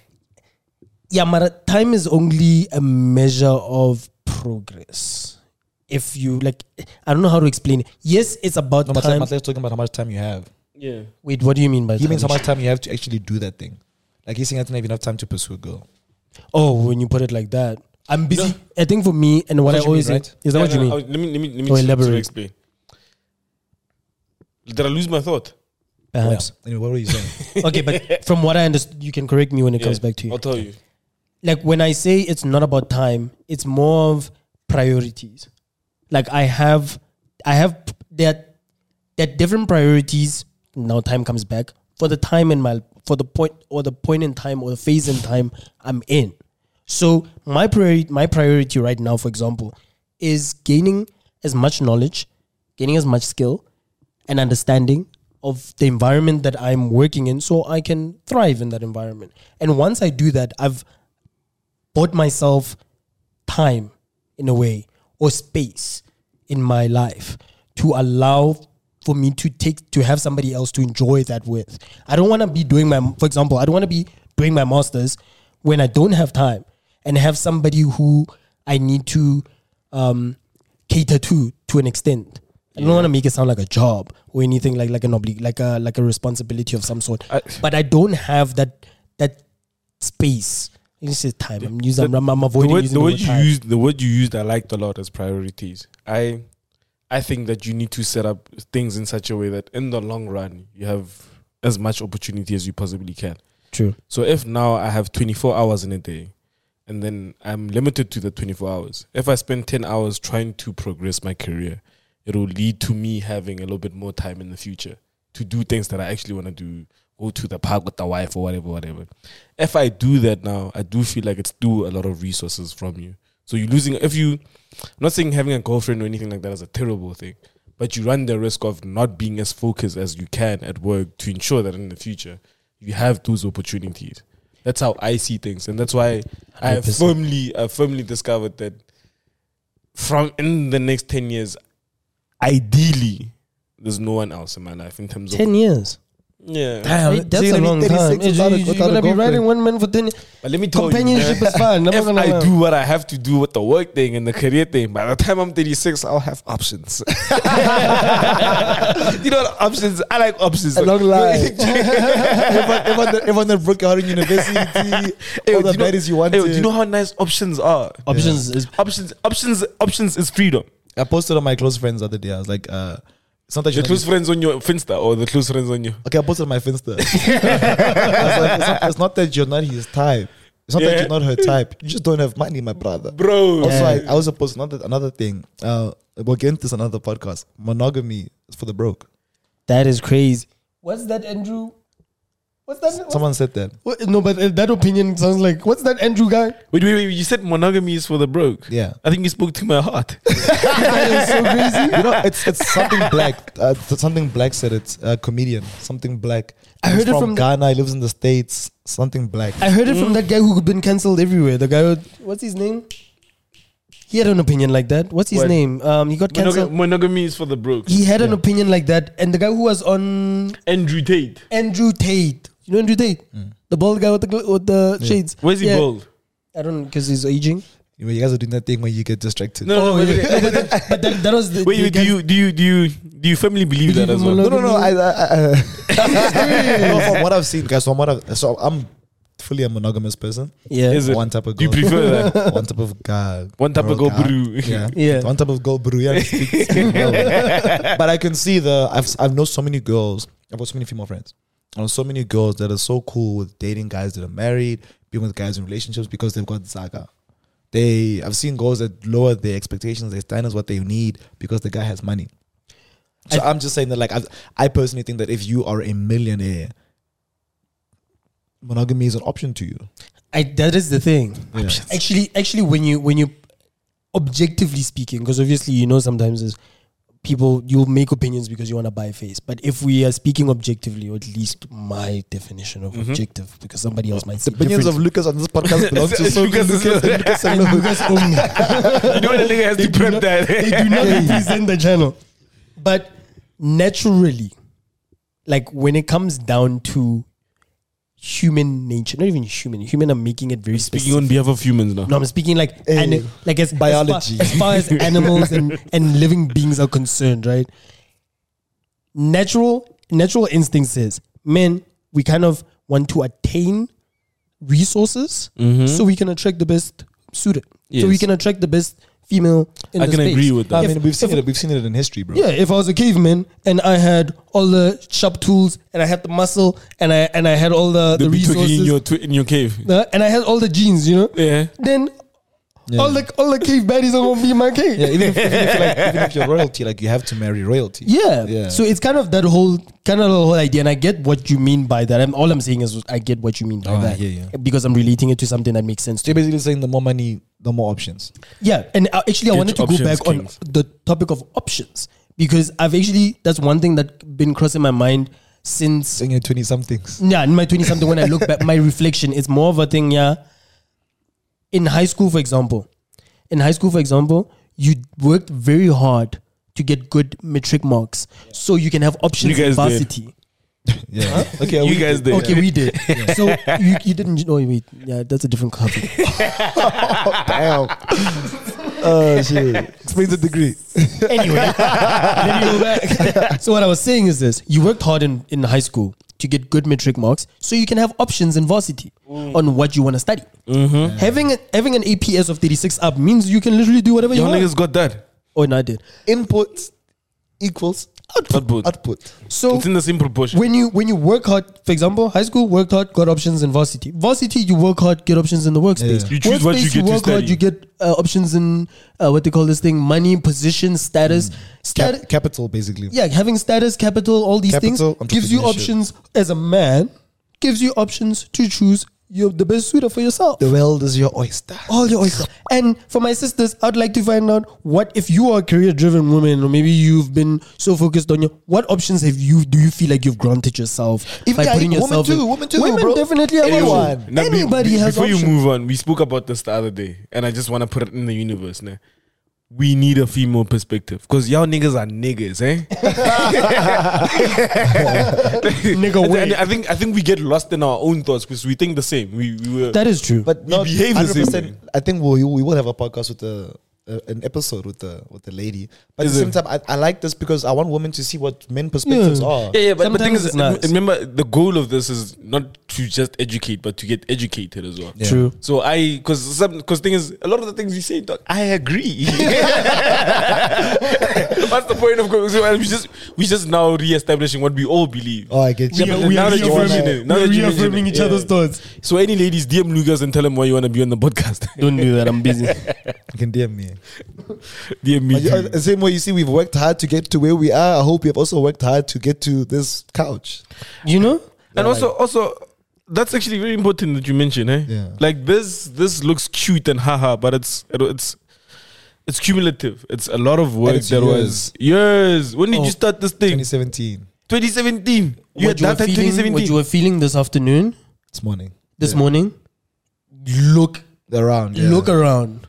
Speaker 5: yeah, but uh, time is only a measure of progress. If you like, I don't know how to explain. it. Yes, it's about
Speaker 4: No,
Speaker 5: time.
Speaker 4: Matladi, Matladi's talking about how much time you have.
Speaker 2: Yeah.
Speaker 5: Wait, what do you mean by
Speaker 4: He
Speaker 5: time?
Speaker 4: means how much time you have to actually do that thing. Like he's saying, I don't have enough time to pursue a girl.
Speaker 5: Oh, when you put it like that, I'm busy.
Speaker 2: No.
Speaker 5: I think for me, and what I
Speaker 4: That's what you
Speaker 5: always
Speaker 4: mean,
Speaker 5: say
Speaker 4: right?
Speaker 5: is that what you mean?
Speaker 2: let me let me let me
Speaker 5: Or
Speaker 2: just- just
Speaker 5: elaborate.
Speaker 2: explain. Did I lose my thought?
Speaker 5: Perhaps.
Speaker 4: Yeah. Anyway, what were you saying?
Speaker 5: okay, but from what I understood, you can correct me when it comes
Speaker 2: Yeah.
Speaker 5: back to you.
Speaker 2: I'll tell you.
Speaker 5: Like when I say it's not about time, it's more of priorities. Like I have, I have that that different priorities. Now time comes back for the time in my for the point or the point in time or the phase in time I'm in. So my priority, my priority right now, for example, is gaining as much knowledge, gaining as much skill, and understanding of the environment that I'm working in, so I can thrive in that environment. And once I do that, I've bought myself time, in a way, or space in my life to allow for me to take to have somebody else to enjoy that with. I don't want to be doing my, for example, I don't want to be doing my masters when I don't have time and have somebody who I need to um, cater to to an extent. I don't want to make it sound like a job or anything like like an obli- like a like a responsibility of some sort.
Speaker 2: I-
Speaker 5: but I don't have that that space. This is time. I'm using. I'm, I'm
Speaker 2: The
Speaker 5: avoiding
Speaker 2: word,
Speaker 5: using
Speaker 2: the
Speaker 5: the
Speaker 2: word
Speaker 5: word
Speaker 2: you
Speaker 5: time.
Speaker 2: used, the word you used, I liked a lot as priorities. I, I think that you need to set up things in such a way that in the long run you have as much opportunity as you possibly can.
Speaker 5: True.
Speaker 2: So if now I have 24 hours in a day, and then I'm limited to the 24 hours. If I spend 10 hours trying to progress my career, it will lead to me having a little bit more time in the future to do things that I actually want to do, go to the park with the wife or whatever, whatever. If I do that now, I do feel like it's do a lot of resources from you. So you're losing. If you, I'm not saying having a girlfriend or anything like that is a terrible thing, but you run the risk of not being as focused as you can at work to ensure that in the future you have those opportunities. That's how I see things, and that's why I have
Speaker 5: 100%.
Speaker 2: firmly, I firmly discovered that from in the next ten years, ideally, there's no one else in my life in terms of
Speaker 5: Ten years.
Speaker 2: yeah.
Speaker 5: Damn,
Speaker 4: so
Speaker 5: that's
Speaker 4: you're
Speaker 5: a
Speaker 4: gonna
Speaker 5: long
Speaker 4: be 36
Speaker 5: time. You're,
Speaker 4: without a-
Speaker 5: you're
Speaker 4: without a
Speaker 5: gonna be
Speaker 4: girlfriend.
Speaker 5: riding one man for ten.
Speaker 2: But let me tell
Speaker 5: Companionship
Speaker 2: you,
Speaker 5: is fun. I'm
Speaker 2: if
Speaker 5: not gonna
Speaker 2: I
Speaker 5: lie.
Speaker 2: do what I have to do with the work thing and the career thing, by the time I'm 36, I'll have options. you know what options? I like options.
Speaker 4: A long life.
Speaker 2: Hey,
Speaker 4: everyone, that- everyone that Brookhaven University,
Speaker 2: do
Speaker 4: all the
Speaker 2: you know-
Speaker 4: baddies you want
Speaker 2: hey,
Speaker 4: to.
Speaker 2: do you know how nice options are?
Speaker 5: Options is
Speaker 2: Options, options, options is freedom.
Speaker 4: I posted on my close friends the other day. I was like, uh, it's not that
Speaker 2: The
Speaker 4: you're
Speaker 2: close
Speaker 4: not-
Speaker 2: friends on your Finsta or the close friends on your.
Speaker 4: Okay, I posted on my Finsta. I was like, it's, not, it's not that you're not his type. It's not that
Speaker 2: Yeah.
Speaker 4: you're not her type. You just don't have money, my brother.
Speaker 2: Bro.
Speaker 4: Also, I, I was supposed another another thing. Uh, we'll get into this another podcast. Monogamy is for the broke.
Speaker 6: That is crazy.
Speaker 5: What's that, Andrew? What's that? What's,
Speaker 4: Someone said that.
Speaker 5: what, no, but uh, that opinion sounds like what's that, Andrew guy?
Speaker 2: Wait, wait, wait. You said monogamy is for the broke.
Speaker 4: Yeah.
Speaker 2: I think you spoke to my heart.
Speaker 4: you know, it's it's something black. Uh, th- something black said it. A comedian. Something black.
Speaker 5: I
Speaker 4: He's
Speaker 5: heard it from the-
Speaker 4: Ghana. He lives in the states. Something black.
Speaker 5: I heard it from that guy who'd been cancelled everywhere. The guy, who- what's his name? He had an opinion like that. What's his
Speaker 2: What?
Speaker 5: name? Um, he got
Speaker 2: Monog-
Speaker 5: cancelled.
Speaker 2: monogamy is for the broke.
Speaker 5: He had an opinion like that, and the guy who was on
Speaker 2: Andrew Tate.
Speaker 5: Andrew Tate. You know Andrew Tate, the bald guy with the gl- with the shades.
Speaker 2: Where's he
Speaker 5: Mm. Yeah.
Speaker 2: bald?
Speaker 5: I don't because he's aging.
Speaker 4: You, know, you guys are doing that thing where you get distracted.
Speaker 2: No, no, no, wait, wait, wait,
Speaker 5: But that, that was the.
Speaker 2: wait,
Speaker 5: the
Speaker 2: wait, do
Speaker 5: guy-
Speaker 2: you do you do you do you firmly believe that
Speaker 5: Believe
Speaker 2: as
Speaker 5: in
Speaker 2: well?
Speaker 5: monogamy.
Speaker 4: No, no, no. I, I, I,
Speaker 5: uh,
Speaker 4: no, from what I've seen, guys, from what I've, so I'm fully a monogamous person.
Speaker 5: Yeah.
Speaker 2: Is it?
Speaker 4: One type of
Speaker 2: Do you
Speaker 4: girl.
Speaker 2: prefer that?
Speaker 4: one type of guy.
Speaker 2: One type of
Speaker 4: girl,
Speaker 2: girl, brew.
Speaker 4: Yeah.
Speaker 5: Yeah.
Speaker 4: One type of girl, brew. Yeah. speak- speak well. but I can see the, I've, I've known so many girls, I've got so many female friends. I know so many girls that are so cool with dating guys that are married, being with guys in relationships because they've got Zaga. They, I've seen girls that lower their expectations, their standards, what they need because the guy has money. So I, am just saying that, like, i I personally think that if you are a millionaire, monogamy is an option to you.
Speaker 5: I, that is the thing.
Speaker 4: Yeah.
Speaker 5: Actually, actually, when you when you objectively speaking, because obviously you know sometimes is people you make opinions because you want to buy a face. But if we are speaking objectively, or at least my definition
Speaker 2: Mm-hmm.
Speaker 5: of objective, because somebody else might say
Speaker 4: Opinions of
Speaker 5: different.
Speaker 4: Lucas on this podcast belong to
Speaker 2: Lucas
Speaker 4: so Lucas,
Speaker 2: is-
Speaker 4: Lucas, and Lucas
Speaker 5: And
Speaker 4: alone.
Speaker 5: Lucas only.
Speaker 2: you know the nigga has to prep
Speaker 5: they
Speaker 2: that.
Speaker 5: do not represent the channel. But naturally, like when it comes down to human nature, not even human, human, I'm making it very specific.
Speaker 2: Speaking on behalf of humans now.
Speaker 5: No, I'm speaking like
Speaker 4: Eh,
Speaker 5: ani- like as as far-
Speaker 4: biology.
Speaker 5: as far as, animals and, and living beings are concerned, right? Natural natural instinct says, men, we kind of want to attain resources so we can attract the best suited. So we
Speaker 2: Mm-hmm. Yes.
Speaker 5: can attract the best female in
Speaker 2: I
Speaker 5: the
Speaker 2: can
Speaker 5: space.
Speaker 2: agree with that.
Speaker 4: I
Speaker 5: If-
Speaker 4: mean, we've seen
Speaker 5: if-
Speaker 4: it. We've seen it in history, bro.
Speaker 5: Yeah, if I was a caveman and I had all the sharp tools and I had the muscle and I and I had all the, the,
Speaker 2: They'll be talking in
Speaker 5: resources
Speaker 2: your twi- in your cave.
Speaker 5: uh, and I had all the genes, you know,
Speaker 2: Yeah.
Speaker 5: then all the all the cave baddies are gonna be in my cave.
Speaker 4: Yeah, even, if, even, if you're like, even if you're royalty, like you have to marry royalty.
Speaker 5: Yeah.
Speaker 4: Yeah.
Speaker 5: So it's kind of that whole kind of the whole idea, and I get what you mean by that. I'm, all I'm saying is I get what you mean by
Speaker 4: Oh, I
Speaker 5: that
Speaker 4: hear you.
Speaker 5: because I'm relating it to something that makes sense to
Speaker 4: So you're basically saying the more money, the more options.
Speaker 5: Yeah, and uh, actually, I
Speaker 2: Get
Speaker 5: wanted to
Speaker 2: your
Speaker 5: go
Speaker 2: options,
Speaker 5: back
Speaker 2: kings.
Speaker 5: on the topic of options because I've actually that's one thing that been crossing my mind since
Speaker 4: Saying you're twenty somethings.
Speaker 5: yeah, in my 20 something, when I look back, my reflection, it's more of a thing, yeah. In high school, for example, in high school, for example, you worked very hard to get good metric marks so you can have options
Speaker 2: You
Speaker 5: in
Speaker 2: guys did.
Speaker 5: varsity.
Speaker 4: Yeah. Okay.
Speaker 2: You guys did.
Speaker 5: Okay, we did. So you, you didn't. Oh, wait. Yeah, that's a different topic.
Speaker 4: Damn. oh shit. Explain the degree.
Speaker 5: anyway, let me go back. so what I was saying is this: you worked hard in, in high school to get good metric marks, so you can have options in varsity
Speaker 2: Mm.
Speaker 5: on what you want to study.
Speaker 2: Mm-hmm.
Speaker 5: Having a, having an APS of thirty six up means you can literally do whatever you
Speaker 2: Your
Speaker 5: want.
Speaker 2: niggas got that.
Speaker 5: Oh, no, I did.
Speaker 4: Input equals
Speaker 2: Output.
Speaker 4: output.
Speaker 5: So
Speaker 2: It's in the same proportion.
Speaker 5: when you when you work hard, for example, high school worked hard, got options in varsity. Varsity, you work hard, get options in the workspace.
Speaker 4: Yeah.
Speaker 2: You choose
Speaker 5: workspace,
Speaker 2: what you get to
Speaker 5: work hard,
Speaker 2: study.
Speaker 5: you get uh, options in uh, what they call this thing: money, position, status.
Speaker 2: Mm.
Speaker 5: Stat-
Speaker 4: Cap- capital basically.
Speaker 5: yeah, having status, capital, all these
Speaker 4: Capital,
Speaker 5: things gives you
Speaker 4: entrepreneurship.
Speaker 5: options as a man, gives you options to choose your, the best suitor for yourself.
Speaker 4: The world is your oyster.
Speaker 5: all your oyster. And for my sisters, I'd like to find out what if you are a career-driven woman, or maybe you've been so focused on your what options have you do you feel like you've granted yourself
Speaker 4: Even-
Speaker 5: by
Speaker 4: yeah,
Speaker 5: putting
Speaker 4: women
Speaker 5: yourself?
Speaker 4: too, women too,
Speaker 5: Women
Speaker 4: bro.
Speaker 5: definitely have
Speaker 4: Anyone.
Speaker 5: options.
Speaker 2: Now, be-
Speaker 5: Anybody
Speaker 2: be-
Speaker 5: has
Speaker 2: Before
Speaker 5: options.
Speaker 2: you move on, we spoke about this the other day, and I just want to put it in the universe now. We need a female perspective because y'all niggas are niggas, eh? Nigga,
Speaker 5: wait.
Speaker 2: I think I think we get lost in our own thoughts because we think the same. We, we were
Speaker 5: that is true.
Speaker 4: But
Speaker 2: We
Speaker 4: not
Speaker 2: behave the same
Speaker 4: 100%. I think we'll, we will have a podcast with the a, an episode with the with the lady. But at the same time, I, I like this because I want women to see what men perspectives are.
Speaker 2: Yeah, yeah, but the thing
Speaker 5: Sometimes
Speaker 2: is,
Speaker 5: it's nice.
Speaker 2: remember the goal of this is not to just educate, but to get educated as well.
Speaker 4: Yeah.
Speaker 5: True.
Speaker 2: So I, cause some, cause thing is, a lot of the things you say, dog, I agree. What's the point of going? So we just, we just now re-establishing what we all believe.
Speaker 4: Oh, I get you.
Speaker 2: Yeah, but
Speaker 5: we
Speaker 2: now
Speaker 5: are
Speaker 2: that you
Speaker 5: reaffirming
Speaker 2: mention
Speaker 5: it.
Speaker 2: it, now
Speaker 5: We're
Speaker 2: that you mention
Speaker 5: reaffirming
Speaker 2: it,
Speaker 5: each
Speaker 2: yeah.
Speaker 5: other's thoughts.
Speaker 2: So any ladies, DM Lucas and tell him why you want to be on the podcast.
Speaker 5: Don't do that. I'm busy.
Speaker 4: You can DM me.
Speaker 2: DM me.
Speaker 4: But you-
Speaker 2: too.
Speaker 4: uh, same way you see, we've worked hard to get to where we are. I hope you've also worked hard to get to this couch.
Speaker 5: you know?
Speaker 2: and also also that's actually very important that you mention eh
Speaker 4: Yeah.
Speaker 2: like this this looks cute and haha but it's it- it's it's cumulative it's a lot of work
Speaker 4: it's
Speaker 2: that was years when did you start this thing
Speaker 4: 2017,
Speaker 2: 2017 you
Speaker 5: Oh. what,
Speaker 2: had
Speaker 5: you were
Speaker 2: that at
Speaker 5: feeling, what
Speaker 2: 2017
Speaker 5: you were feeling this afternoon,
Speaker 4: this morning,
Speaker 5: this morning, look
Speaker 4: around. Yeah.
Speaker 5: look around.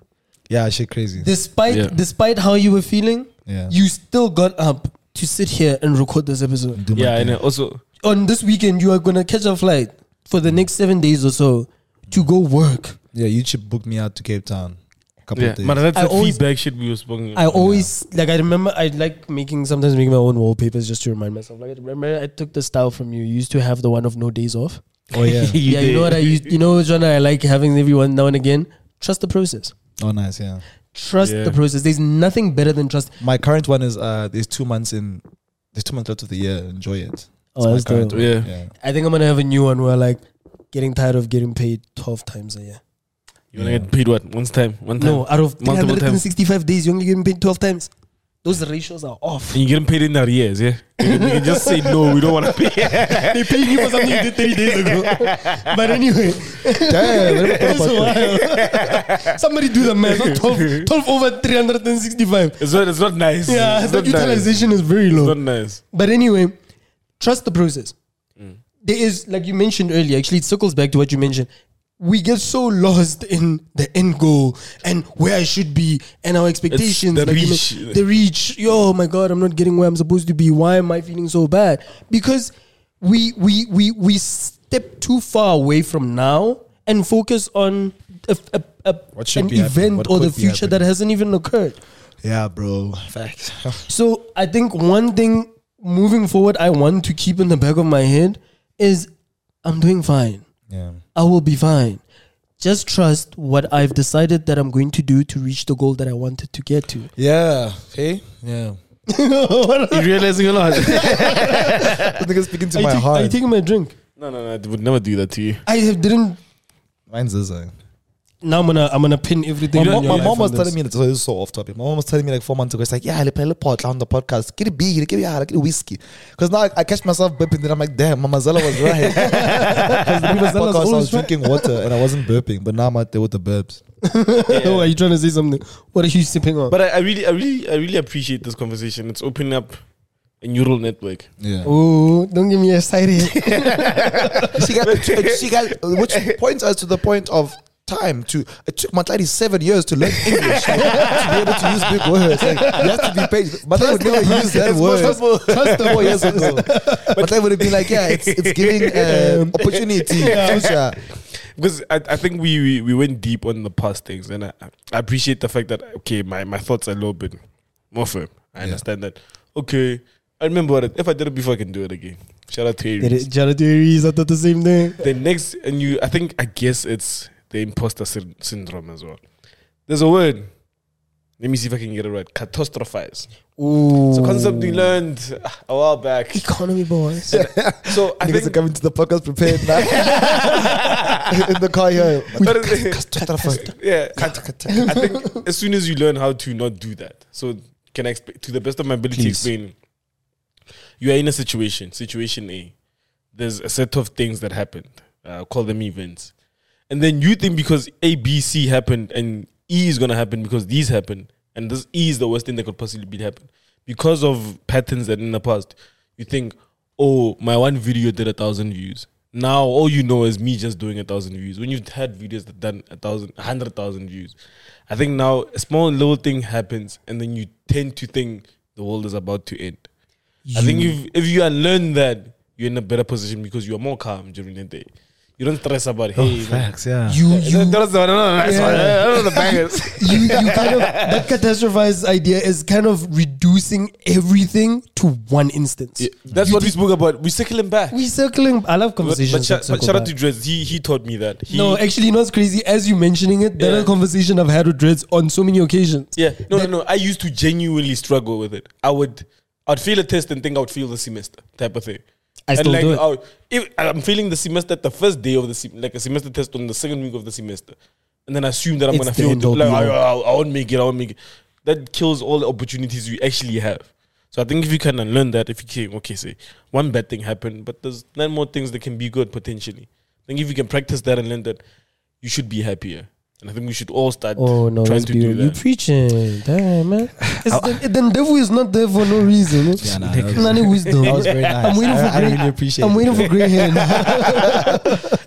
Speaker 4: yeah, shit, crazy.
Speaker 5: Despite
Speaker 2: Yeah.
Speaker 5: despite how you were feeling,
Speaker 4: Yeah.
Speaker 5: you still got up to sit here and record this episode.
Speaker 4: Do my
Speaker 2: yeah
Speaker 4: thing.
Speaker 2: and uh, also
Speaker 5: On this weekend, you are gonna catch a flight for the next seven days or so to go work.
Speaker 4: yeah. YouTube booked me out to Cape Town. A couple
Speaker 2: yeah
Speaker 4: of days.
Speaker 2: but that's
Speaker 5: I
Speaker 2: the
Speaker 5: always-
Speaker 2: feedback shit we were speaking
Speaker 5: I always like I remember I like making sometimes making my own wallpapers just to remind myself. Like I remember I took the style from you. You used to have the one of no days off.
Speaker 4: oh yeah.
Speaker 5: yeah, you know what I used, you know which one I like having everyone now and again? Trust the process.
Speaker 4: Oh nice. Yeah.
Speaker 5: Trust
Speaker 2: Yeah.
Speaker 5: the process. There's nothing better than trust.
Speaker 4: My current one is uh, there's two months in, there's two months left of the year. Enjoy it.
Speaker 5: Oh,
Speaker 4: my
Speaker 5: that's
Speaker 4: current
Speaker 5: dope.
Speaker 4: one.
Speaker 2: Yeah.
Speaker 4: yeah.
Speaker 5: I think I'm gonna have a new one where like getting tired of getting paid 12 times a year.
Speaker 2: you want to get paid what once time one time
Speaker 5: No, out of
Speaker 2: Multiple times.
Speaker 5: 365 days, you're only getting paid 12 times. Those ratios are off.
Speaker 2: and you get paid in arrears yeah you can, you can just say no we don't want to pay
Speaker 5: they paid you for something you did 30 days ago. But anyway,
Speaker 4: Damn, I never thought
Speaker 5: it's
Speaker 4: about that.
Speaker 5: wild. Somebody do the math. Not 12, 12 over 365.
Speaker 2: it's not it's not nice
Speaker 5: Yeah,
Speaker 2: it's
Speaker 5: the
Speaker 2: not nice.
Speaker 5: utilization is very low.
Speaker 2: it's not nice
Speaker 5: But anyway, trust the process. There is, like you mentioned earlier, actually, it circles back to what you mentioned. We get so lost in the end goal and where I should be and our expectations.
Speaker 2: the
Speaker 5: like you
Speaker 2: reach.
Speaker 5: men- the reach. Yo, my God, I'm not getting where I'm supposed to be. Why am I feeling so bad? Because we we we we step too far away from now and focus on a, a, a,
Speaker 4: What should
Speaker 5: an
Speaker 4: be happening,
Speaker 5: event
Speaker 4: what
Speaker 5: or the
Speaker 4: could be
Speaker 5: future that
Speaker 4: happening.
Speaker 5: hasn't even occurred.
Speaker 4: Yeah, bro. Fact.
Speaker 5: So I think one thing moving forward I want to keep in the back of my head is I'm doing fine.
Speaker 4: yeah.
Speaker 5: I will be fine. Just trust what I've decided that I'm going to do to reach the goal that I wanted to get to.
Speaker 4: Yeah. Hey. Yeah.
Speaker 2: You're realizing a lot.
Speaker 4: I think it's speaking to
Speaker 5: Are you,
Speaker 4: my
Speaker 5: take- are you
Speaker 4: heart.
Speaker 5: taking my drink?
Speaker 2: no, no, no. I would never do that to you.
Speaker 5: I have didn't.
Speaker 4: Mine's this. uh,
Speaker 5: Now I'm gonna I'm gonna pin everything. on
Speaker 4: My, mom,
Speaker 5: your
Speaker 4: my
Speaker 5: life
Speaker 4: mom
Speaker 5: on
Speaker 4: was
Speaker 5: this.
Speaker 4: telling me that so this is so off topic. My mom was telling me like four months ago. It's like, yeah, I play a pot on the podcast. Get a beer, get a get a whiskey. Because now I, I catch myself burping. Then I'm like, damn, Mama Zella was right. Because the previous
Speaker 5: Zella's
Speaker 4: podcast, I was
Speaker 5: always right.
Speaker 4: drinking water and I wasn't burping, but now I'm out there with the burps.
Speaker 5: Oh, are you trying to say something? What are you sipping on?
Speaker 2: But I, I really, I really, I really appreciate this conversation. It's opening up a neural network.
Speaker 4: Yeah.
Speaker 5: oh, don't get me excited.
Speaker 4: she got, she got, which points us to the point of time to it took Matladi seven years to learn English to be able to use big words. Like, you have to be patient. Matladi would never use that word. Trust the four years ago. Matladi would have been like, yeah, it's, it's giving uh, opportunity, future.
Speaker 2: Because I, I think we, we we went deep on the past things, and I, I appreciate the fact that okay, my, my thoughts are a little bit more firm. I understand that. Okay, I remember what it, if I did it before, I can do it again. Shout out to Aries.
Speaker 5: Jalateries, I thought the same thing.
Speaker 2: The next, and you, I think, I guess it's the imposter syn- syndrome as well. There's a word. Let me see if I can get it right. Catastrophize.
Speaker 5: Ooh,
Speaker 2: It's a concept we learned a while back.
Speaker 5: economy boys.
Speaker 2: So I
Speaker 4: Niggas are
Speaker 2: think
Speaker 4: coming to the podcast prepared now. In the car here.
Speaker 2: But it- yeah, I, I think as soon as you learn how to not do that, so can I exp- to the best of my ability explain? You are in a situation, situation A. There's a set of things that happened. Uh, call them events, and then you think because A, B, C happened, and E is gonna happen because these happened, and this E is the worst thing that could possibly be happen because of patterns that in the past you think, oh, my one video did a thousand views. Now all you know is me just doing a thousand views. When you've had videos that done a thousand, a hundred thousand views, I think now a small little thing happens, and then you tend to think the world is about to end. I think if if you unlearn that, you're in a better position because you are more calm during the day. You don't stress about hey. man.
Speaker 4: Facts, yeah.
Speaker 5: You, you,
Speaker 2: That was the one. No, no, that's one.
Speaker 5: Yeah.
Speaker 2: That was the bangers.
Speaker 5: you, you kind of that catastrophized idea is kind of reducing everything to one instance.
Speaker 2: Yeah, That's what we spoke about. We circle him back.
Speaker 5: We circling. I love
Speaker 2: But, but,
Speaker 5: conversations.
Speaker 2: shout-
Speaker 5: that
Speaker 2: but
Speaker 5: circle
Speaker 2: shout out
Speaker 5: back.
Speaker 2: to Drez. He he taught me that. He,
Speaker 5: no, actually, you know what's crazy? As you mentioning it, that
Speaker 2: Yeah.
Speaker 5: a conversation I've had with Dreads on so many occasions.
Speaker 2: yeah. No, no, no. I used to genuinely struggle with it. I would, I'd fail a test and think I would fail the semester type of thing.
Speaker 5: I
Speaker 2: and
Speaker 5: still
Speaker 2: like,
Speaker 5: do it.
Speaker 2: I would- if I'm failing the semester at the first day of the sem- like a semester test on the second week of the semester, and then I assume that I'm
Speaker 5: It's
Speaker 2: gonna
Speaker 5: the
Speaker 2: fail.
Speaker 5: end all
Speaker 2: the- Like,
Speaker 5: be
Speaker 2: I,
Speaker 5: all.
Speaker 2: I, I won't make it. I won't make it. That kills all the opportunities you actually have. So I think if you can unlearn that, if you can, okay, say one bad thing happened, but there's nine more things that can be good potentially. I think if you can practice that and learn that, you should be happier. And I think we should all start
Speaker 5: Oh no,
Speaker 2: trying
Speaker 5: that's
Speaker 2: to do
Speaker 5: beautiful. You
Speaker 2: that.
Speaker 5: preaching, damn man. It's the, then devil is not there for no reason. eh?
Speaker 4: Yeah, nah, that was-
Speaker 5: None of wisdom.
Speaker 4: That was very nice.
Speaker 5: I'm waiting for
Speaker 4: I- I
Speaker 5: gray,
Speaker 4: really appreciate
Speaker 5: I'm
Speaker 4: it.
Speaker 5: waiting for gray hair.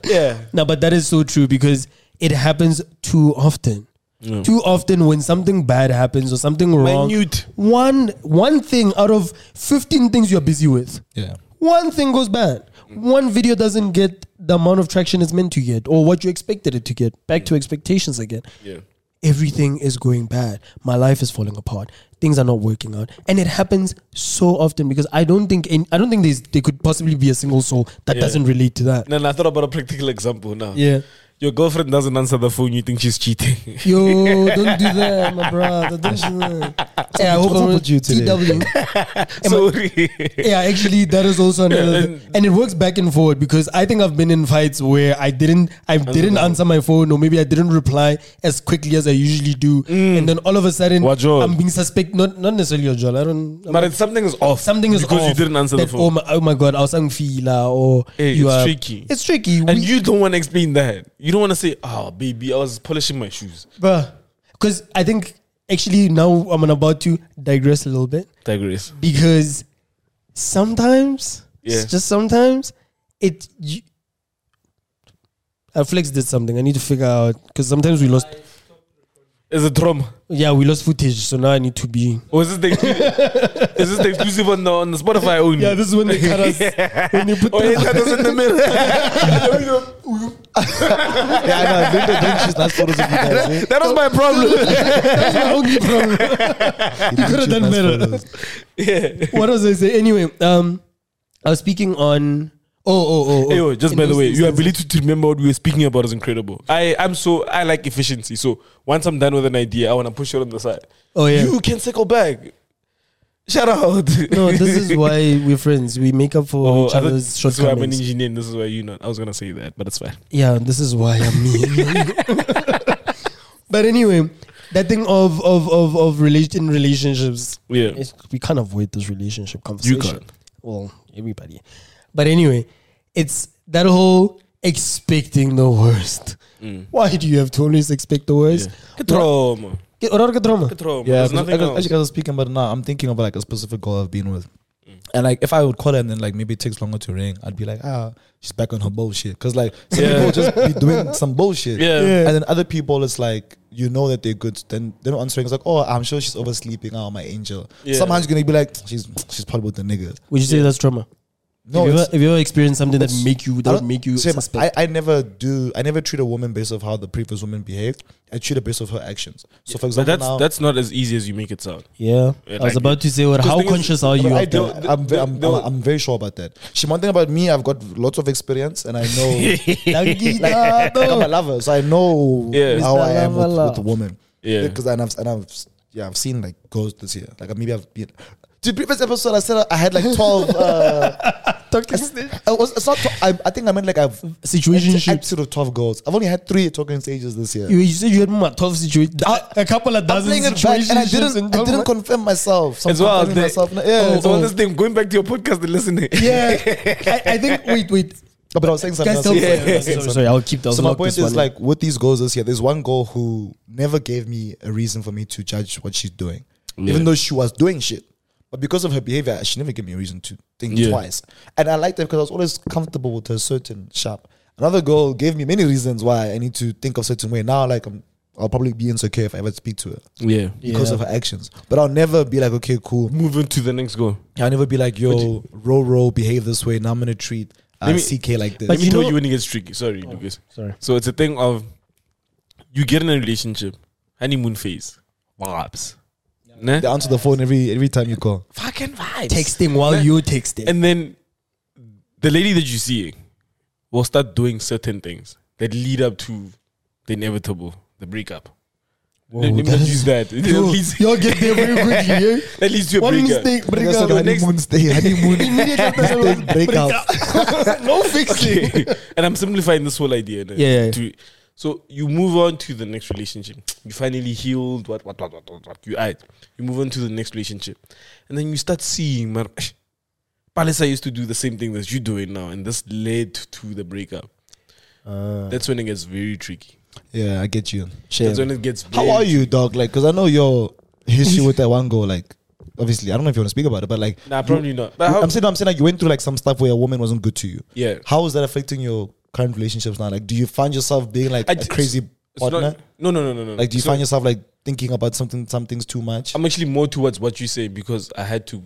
Speaker 2: Yeah.
Speaker 5: No, but that is so true because it happens too often.
Speaker 2: Yeah.
Speaker 5: Too often when something bad happens or something wrong,
Speaker 2: Minute.
Speaker 5: one one thing out of fifteen things you're busy with,
Speaker 4: yeah.
Speaker 5: one thing goes bad. One video doesn't get the amount of traction it's meant to get or what you expected it to get. Back to expectations again.
Speaker 2: Yeah.
Speaker 5: Everything is going bad. My life is falling apart. Things are not working out, and it happens so often because I don't think in, I don't think there's, there could possibly be a single soul that
Speaker 2: Yeah.
Speaker 5: doesn't relate to that.
Speaker 2: And then I thought about a practical example now.
Speaker 5: Yeah.
Speaker 2: Your girlfriend doesn't answer the phone, you think she's cheating.
Speaker 5: Yo, don't do that, my brother. Don't do that. Yeah, I hope
Speaker 4: What's up
Speaker 5: I'm
Speaker 4: with you today?
Speaker 5: TW.
Speaker 2: Sorry.
Speaker 5: Yeah, actually, that is also another, thing. and it works back and forward because I think I've been in fights where I didn't, I didn't answer my phone, or maybe I didn't reply as quickly as I usually do, and then all of a sudden,
Speaker 2: Mm. What, Joel?
Speaker 5: I'm being suspect. Not, not necessarily a Joel. I don't. I'm
Speaker 2: but it's, something is off.
Speaker 5: something is
Speaker 2: because
Speaker 5: off.
Speaker 2: you didn't answer
Speaker 5: That,
Speaker 2: the
Speaker 5: Oh
Speaker 2: phone.
Speaker 5: my, oh my god, I was saying fila or
Speaker 2: Hey,
Speaker 5: you
Speaker 2: it's
Speaker 5: are,
Speaker 2: tricky.
Speaker 5: It's tricky.
Speaker 2: and
Speaker 5: We-
Speaker 2: you don't want to explain that. You don't want to say, "Ah, baby, I was polishing my shoes."
Speaker 5: bruh, because I think actually now I'm about to digress a little bit.
Speaker 2: Digress.
Speaker 5: because sometimes,
Speaker 2: Yeah.
Speaker 5: just sometimes, it. You, I Flex did something. I need to figure out because sometimes we lost.
Speaker 2: Is it trauma?
Speaker 5: Yeah, we lost footage, so now I need to be.
Speaker 2: Or is this the exclusive- is this the exclusive on the on the Spotify only?
Speaker 5: Yeah, this is when they cut us. When they put
Speaker 2: Oh, yeah, that was in the middle.
Speaker 4: Yeah, I know. Don't, don't, don't choose that photos of you guys. eh?
Speaker 2: that was my problem.
Speaker 5: That's my only problem.
Speaker 4: You could
Speaker 5: done better.
Speaker 2: yeah.
Speaker 5: What was I say? Anyway, um, I was speaking on. Oh, oh, oh, oh.
Speaker 2: Anyway, just
Speaker 5: In
Speaker 2: by the
Speaker 5: those
Speaker 2: way,
Speaker 5: instances-
Speaker 2: your ability to remember what we were speaking about is incredible. I am so I like efficiency. So once I'm done with an idea, I want to push it on the side.
Speaker 5: Oh yeah.
Speaker 2: You can circle back. Shout out.
Speaker 5: no, this is why we're friends. We make up for
Speaker 2: Oh,
Speaker 5: each
Speaker 2: I thought-
Speaker 5: other's
Speaker 2: this is why I'm an
Speaker 5: shortcomings.
Speaker 2: engineer. and This is why you not. I was gonna say that, but it's fine.
Speaker 5: Yeah, this is why I'm me. but anyway, that thing of of of of rela- in relationships,
Speaker 2: Yeah.
Speaker 5: it's- we can't avoid this relationship conversation.
Speaker 2: can't.
Speaker 5: Well, everybody. But anyway, it's that whole expecting the worst.
Speaker 2: Mm.
Speaker 5: Why do you have to always expect the worst?
Speaker 2: Get trauma.
Speaker 5: Ke- or- or ke trauma?
Speaker 2: Get trauma.
Speaker 4: Yeah,
Speaker 2: There's
Speaker 4: 'cause I
Speaker 2: nothing
Speaker 4: got-
Speaker 2: else.
Speaker 4: actually, guys are speaking about it now. I'm thinking of like a specific girl I've been with,
Speaker 2: Mm.
Speaker 4: and like if I would call her and then like maybe it takes longer to ring, I'd be like, ah, she's back on her bullshit. Because like some
Speaker 2: Yeah.
Speaker 4: people just be doing some bullshit.
Speaker 2: Yeah.
Speaker 5: Yeah.
Speaker 4: And then other people, it's like you know that they're good. Then they're not answering. It's like, oh, I'm sure she's oversleeping. Oh, my angel.
Speaker 2: Yeah.
Speaker 4: Somehow she's gonna be like, she's she's probably with the niggas.
Speaker 5: Would you say that's trauma?
Speaker 4: No,
Speaker 5: have, you
Speaker 4: it's-
Speaker 5: ever, have you ever experienced something that
Speaker 4: it's-
Speaker 5: make you
Speaker 4: I
Speaker 5: that would
Speaker 4: don't-
Speaker 5: make you
Speaker 4: same,
Speaker 5: suspect?
Speaker 4: I, I never do. I never treat a woman based off how the previous woman behaved. I treat her based off her actions. So for
Speaker 2: But
Speaker 4: example,
Speaker 2: that's
Speaker 4: now,
Speaker 2: that's not as easy as you make it sound.
Speaker 5: yeah, I was
Speaker 2: like-
Speaker 5: about to say, what?
Speaker 2: Because
Speaker 5: How
Speaker 2: thing is-
Speaker 5: conscious are
Speaker 4: But
Speaker 5: you?
Speaker 4: I
Speaker 5: of that?
Speaker 4: do.
Speaker 2: that.
Speaker 4: I'm, ve- I'm,
Speaker 2: No.
Speaker 4: I'm, I'm very sure about that. She, one thing about me, I've got lots of experience, and I know. like, like, I'm a lover, so I know
Speaker 2: Yeah.
Speaker 4: how
Speaker 5: Mr.
Speaker 4: I am with,
Speaker 5: Lover.
Speaker 4: with a woman.
Speaker 2: Yeah.
Speaker 4: because and I've and I've yeah I've seen like girls this year. Like maybe I've been. The previous episode, I said I had like twelve. Uh, I was, it's not. tw- I, I think I meant like I've
Speaker 5: Situationships.
Speaker 4: Episode of twelve girls. I've only had three talking stages this year.
Speaker 5: You, you said you had more tough situation. A couple of
Speaker 4: I'm
Speaker 5: dozen
Speaker 4: playing it back,
Speaker 5: situations.
Speaker 4: and I didn't. I didn't confirm myself. So I'm
Speaker 2: As well,
Speaker 4: confirming
Speaker 2: the- Oh,
Speaker 4: myself. now. Yeah,
Speaker 2: So
Speaker 4: so-
Speaker 2: on this thing, going back to your podcast and listening.
Speaker 5: yeah, I, I think. Wait, wait.
Speaker 4: but I was saying something.
Speaker 5: Guys,
Speaker 4: else.
Speaker 5: tell
Speaker 4: Yeah.
Speaker 5: sorry, sorry, sorry, I'll keep that.
Speaker 4: So my point is like with these goals this year, there's one girl who never gave me a reason for me to judge what she's doing, even though she was doing shit. But because of her behavior, she never gave me a reason to think
Speaker 2: Yeah.
Speaker 4: twice. And I liked that because I was always comfortable with her certain sharp. Another girl gave me many reasons why I need to think of certain way. Now, like I'm, I'll probably be insecure if I ever speak to her
Speaker 2: Yeah.
Speaker 4: because of her actions. But I'll never be like, okay, cool.
Speaker 2: Moving to the next goal.
Speaker 4: I'll never be like, yo, row row, behave this way. Now I'm gonna treat. uh,
Speaker 2: me-
Speaker 4: CK like this.
Speaker 2: Let me
Speaker 5: you
Speaker 2: tell
Speaker 5: know-
Speaker 2: you when it gets tricky. Sorry, Lucas.
Speaker 5: sorry.
Speaker 2: So it's a thing of you get in a relationship, honeymoon phase, vibes, ne?
Speaker 4: they answer the phone every every time you call.
Speaker 2: fucking vibes.
Speaker 5: Texting while
Speaker 2: Ne?
Speaker 5: you texting.
Speaker 2: and then the lady that you see will start doing certain things that lead up to the inevitable, the breakup. Let me not use that. It leads,
Speaker 5: Y'all get there very quickly. eh?
Speaker 2: that leads to a
Speaker 5: One
Speaker 2: breakup.
Speaker 5: mistake, break
Speaker 4: That's
Speaker 5: up.
Speaker 4: not honeymoon stay. Honeymoon
Speaker 5: Immediately after that
Speaker 4: stay
Speaker 5: one,
Speaker 4: break out.
Speaker 5: no fixing.
Speaker 2: Okay. and I'm simplifying this whole idea. no?
Speaker 5: Yeah, yeah.
Speaker 2: To- so you move on to the next relationship. You finally healed. What what what what what? what. You right. You move on to the next relationship, and then you start seeing. Man, Palisa used to do the same thing that you're doing now, and this led to the breakup. That's when it gets very tricky.
Speaker 4: Uh, Yeah, I get you.
Speaker 2: That's when it gets.
Speaker 4: How
Speaker 2: very-
Speaker 4: are you, dog? Like, cause I know your history with that one girl. Like, obviously, I don't know if you want to speak about it, but like,
Speaker 2: Nah, probably not. But
Speaker 4: you-
Speaker 2: how,
Speaker 4: I'm saying, I'm saying, like, you went through like some stuff where a woman wasn't good to you.
Speaker 2: Yeah.
Speaker 4: How is that affecting your current relationships now? Like, do you find yourself being like
Speaker 2: I
Speaker 4: a
Speaker 2: d-
Speaker 4: crazy
Speaker 2: it's not,
Speaker 4: partner?
Speaker 2: no, no, no, no, no.
Speaker 4: like, do you
Speaker 2: So
Speaker 4: find yourself like thinking about something, some things too much?
Speaker 2: I'm actually more towards what you say because I had to.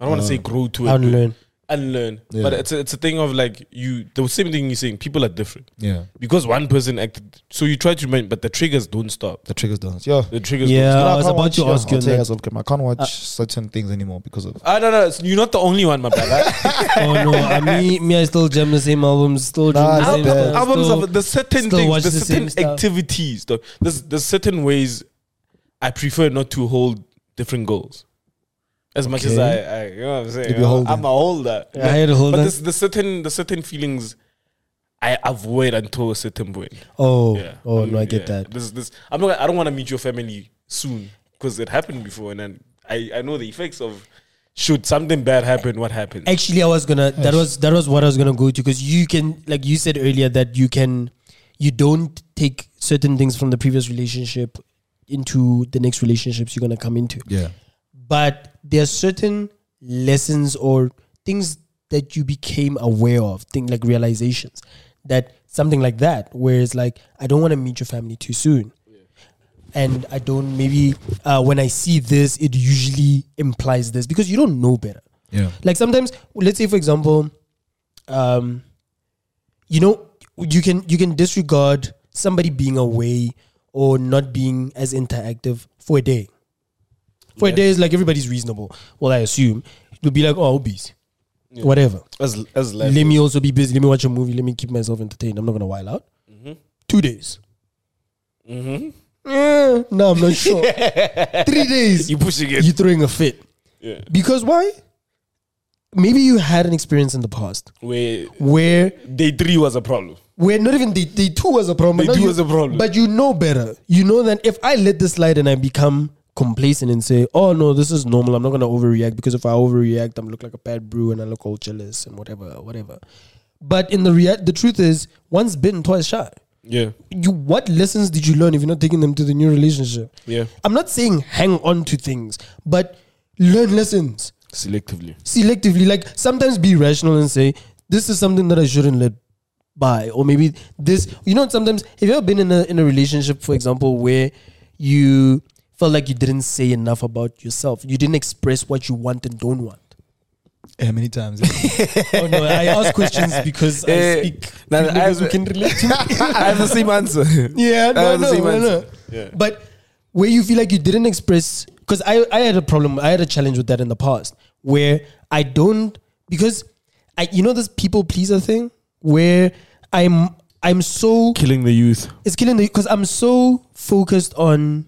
Speaker 2: I don't want to say grow to it. but-
Speaker 5: Unlearn.
Speaker 2: unlearn.
Speaker 4: Ah. Yeah.
Speaker 2: But it's a, it's a thing of like you the same thing you're saying. People are different
Speaker 4: yeah,
Speaker 2: because one person acted. So you try to remind, but the triggers don't stop.
Speaker 4: the triggers don't. Yeah.
Speaker 2: The triggers.
Speaker 5: Yeah. I
Speaker 2: Don't stop.
Speaker 4: No,
Speaker 5: was
Speaker 4: can't
Speaker 5: about
Speaker 4: watch-
Speaker 5: to
Speaker 4: yeah,
Speaker 5: ask you
Speaker 4: I'll
Speaker 5: on
Speaker 4: tell
Speaker 5: that.
Speaker 4: guys, okay, I can't watch certain things anymore because of
Speaker 2: Ah no no, it's- you're not the only one, my brother.
Speaker 5: Oh no, I me, me, I still jam the same albums, still jam
Speaker 4: Nah,
Speaker 5: the
Speaker 4: it's
Speaker 5: same
Speaker 4: not bad.
Speaker 5: stuff,
Speaker 2: Albums
Speaker 5: still-
Speaker 2: are the certain
Speaker 5: still watch
Speaker 2: things, the,
Speaker 5: the same
Speaker 2: certain
Speaker 5: stuff.
Speaker 2: activities. Though. There's there's certain ways I prefer not to hold different goals. As much as I, I, you know what I'm saying.
Speaker 4: You be holding.
Speaker 2: I'm a holder.
Speaker 5: Yeah, I had a holder.
Speaker 2: But there's the certain the certain feelings I avoid until a certain point.
Speaker 5: Oh,
Speaker 2: Yeah.
Speaker 5: oh
Speaker 2: Um,
Speaker 5: no, I get
Speaker 2: yeah.
Speaker 5: that.
Speaker 2: This, this, I'm not. I don't want to meet your family soon because it happened before, and then I, I know the effects of should something bad happen, what happens?
Speaker 5: Actually, I was gonna. That was that was what I was gonna go to because you can, like you said earlier, that you can, you don't take certain things from the previous relationship into the next relationships you're gonna come into.
Speaker 4: yeah,
Speaker 5: But there are certain lessons or things that you became aware of, things like realizations that something like that, where it's like I don't want to meet your family too soon. And I don't maybe uh, when I see this, it usually implies this because you don't know better
Speaker 4: yeah,
Speaker 5: like sometimes let's say for example um you know you can you can disregard somebody being away or not being as interactive for a day for a day is like everybody's reasonable well i assume you'll be like oh i'll be busy." whatever
Speaker 2: As as life
Speaker 5: let me also be busy let me watch a movie let me keep myself entertained i'm not gonna wild out
Speaker 2: Mm-hmm.
Speaker 5: two days Eh, no i'm not sure three days
Speaker 2: you pushing it.
Speaker 5: you're throwing a fit
Speaker 2: yeah.
Speaker 5: because why? Maybe you had an experience in the past
Speaker 2: Where
Speaker 5: where
Speaker 2: day three was a problem.
Speaker 5: where not even day, day two was a problem.
Speaker 2: Day
Speaker 5: but now
Speaker 2: two
Speaker 5: you-
Speaker 2: was a problem.
Speaker 5: But you know better. You know that if I let this slide and I become complacent and say, oh no, this is normal. I'm not gonna overreact because if I overreact, I'm look like a bad brew and I look all jealous and whatever, whatever. But in the rea- the truth is, once bitten, twice shy.
Speaker 2: Yeah,
Speaker 5: You what lessons did you learn if you're not taking them to the new relationship?
Speaker 2: yeah.
Speaker 5: I'm not saying hang on to things, but learn lessons
Speaker 2: Selectively.
Speaker 5: selectively like sometimes be rational and say this is something that i shouldn't let by or maybe this you know sometimes have you ever been in a in a relationship for example where you felt like you didn't say enough about yourself you didn't express what you want and don't want
Speaker 4: yeah. Many times. yeah.
Speaker 5: oh no i ask questions because i
Speaker 2: Eh,
Speaker 5: speak
Speaker 2: no, no,
Speaker 5: to niggas
Speaker 2: I've-
Speaker 5: who can relate to me.
Speaker 2: I have the same answer.
Speaker 5: yeah no, no, no, no.
Speaker 2: Yeah.
Speaker 5: but where you feel like you didn't express because I, I had a problem i had a challenge with that in the past where i don't because i you know this people pleaser thing where i'm i'm so
Speaker 2: Killing the youth.
Speaker 5: it's killing me because i'm so focused on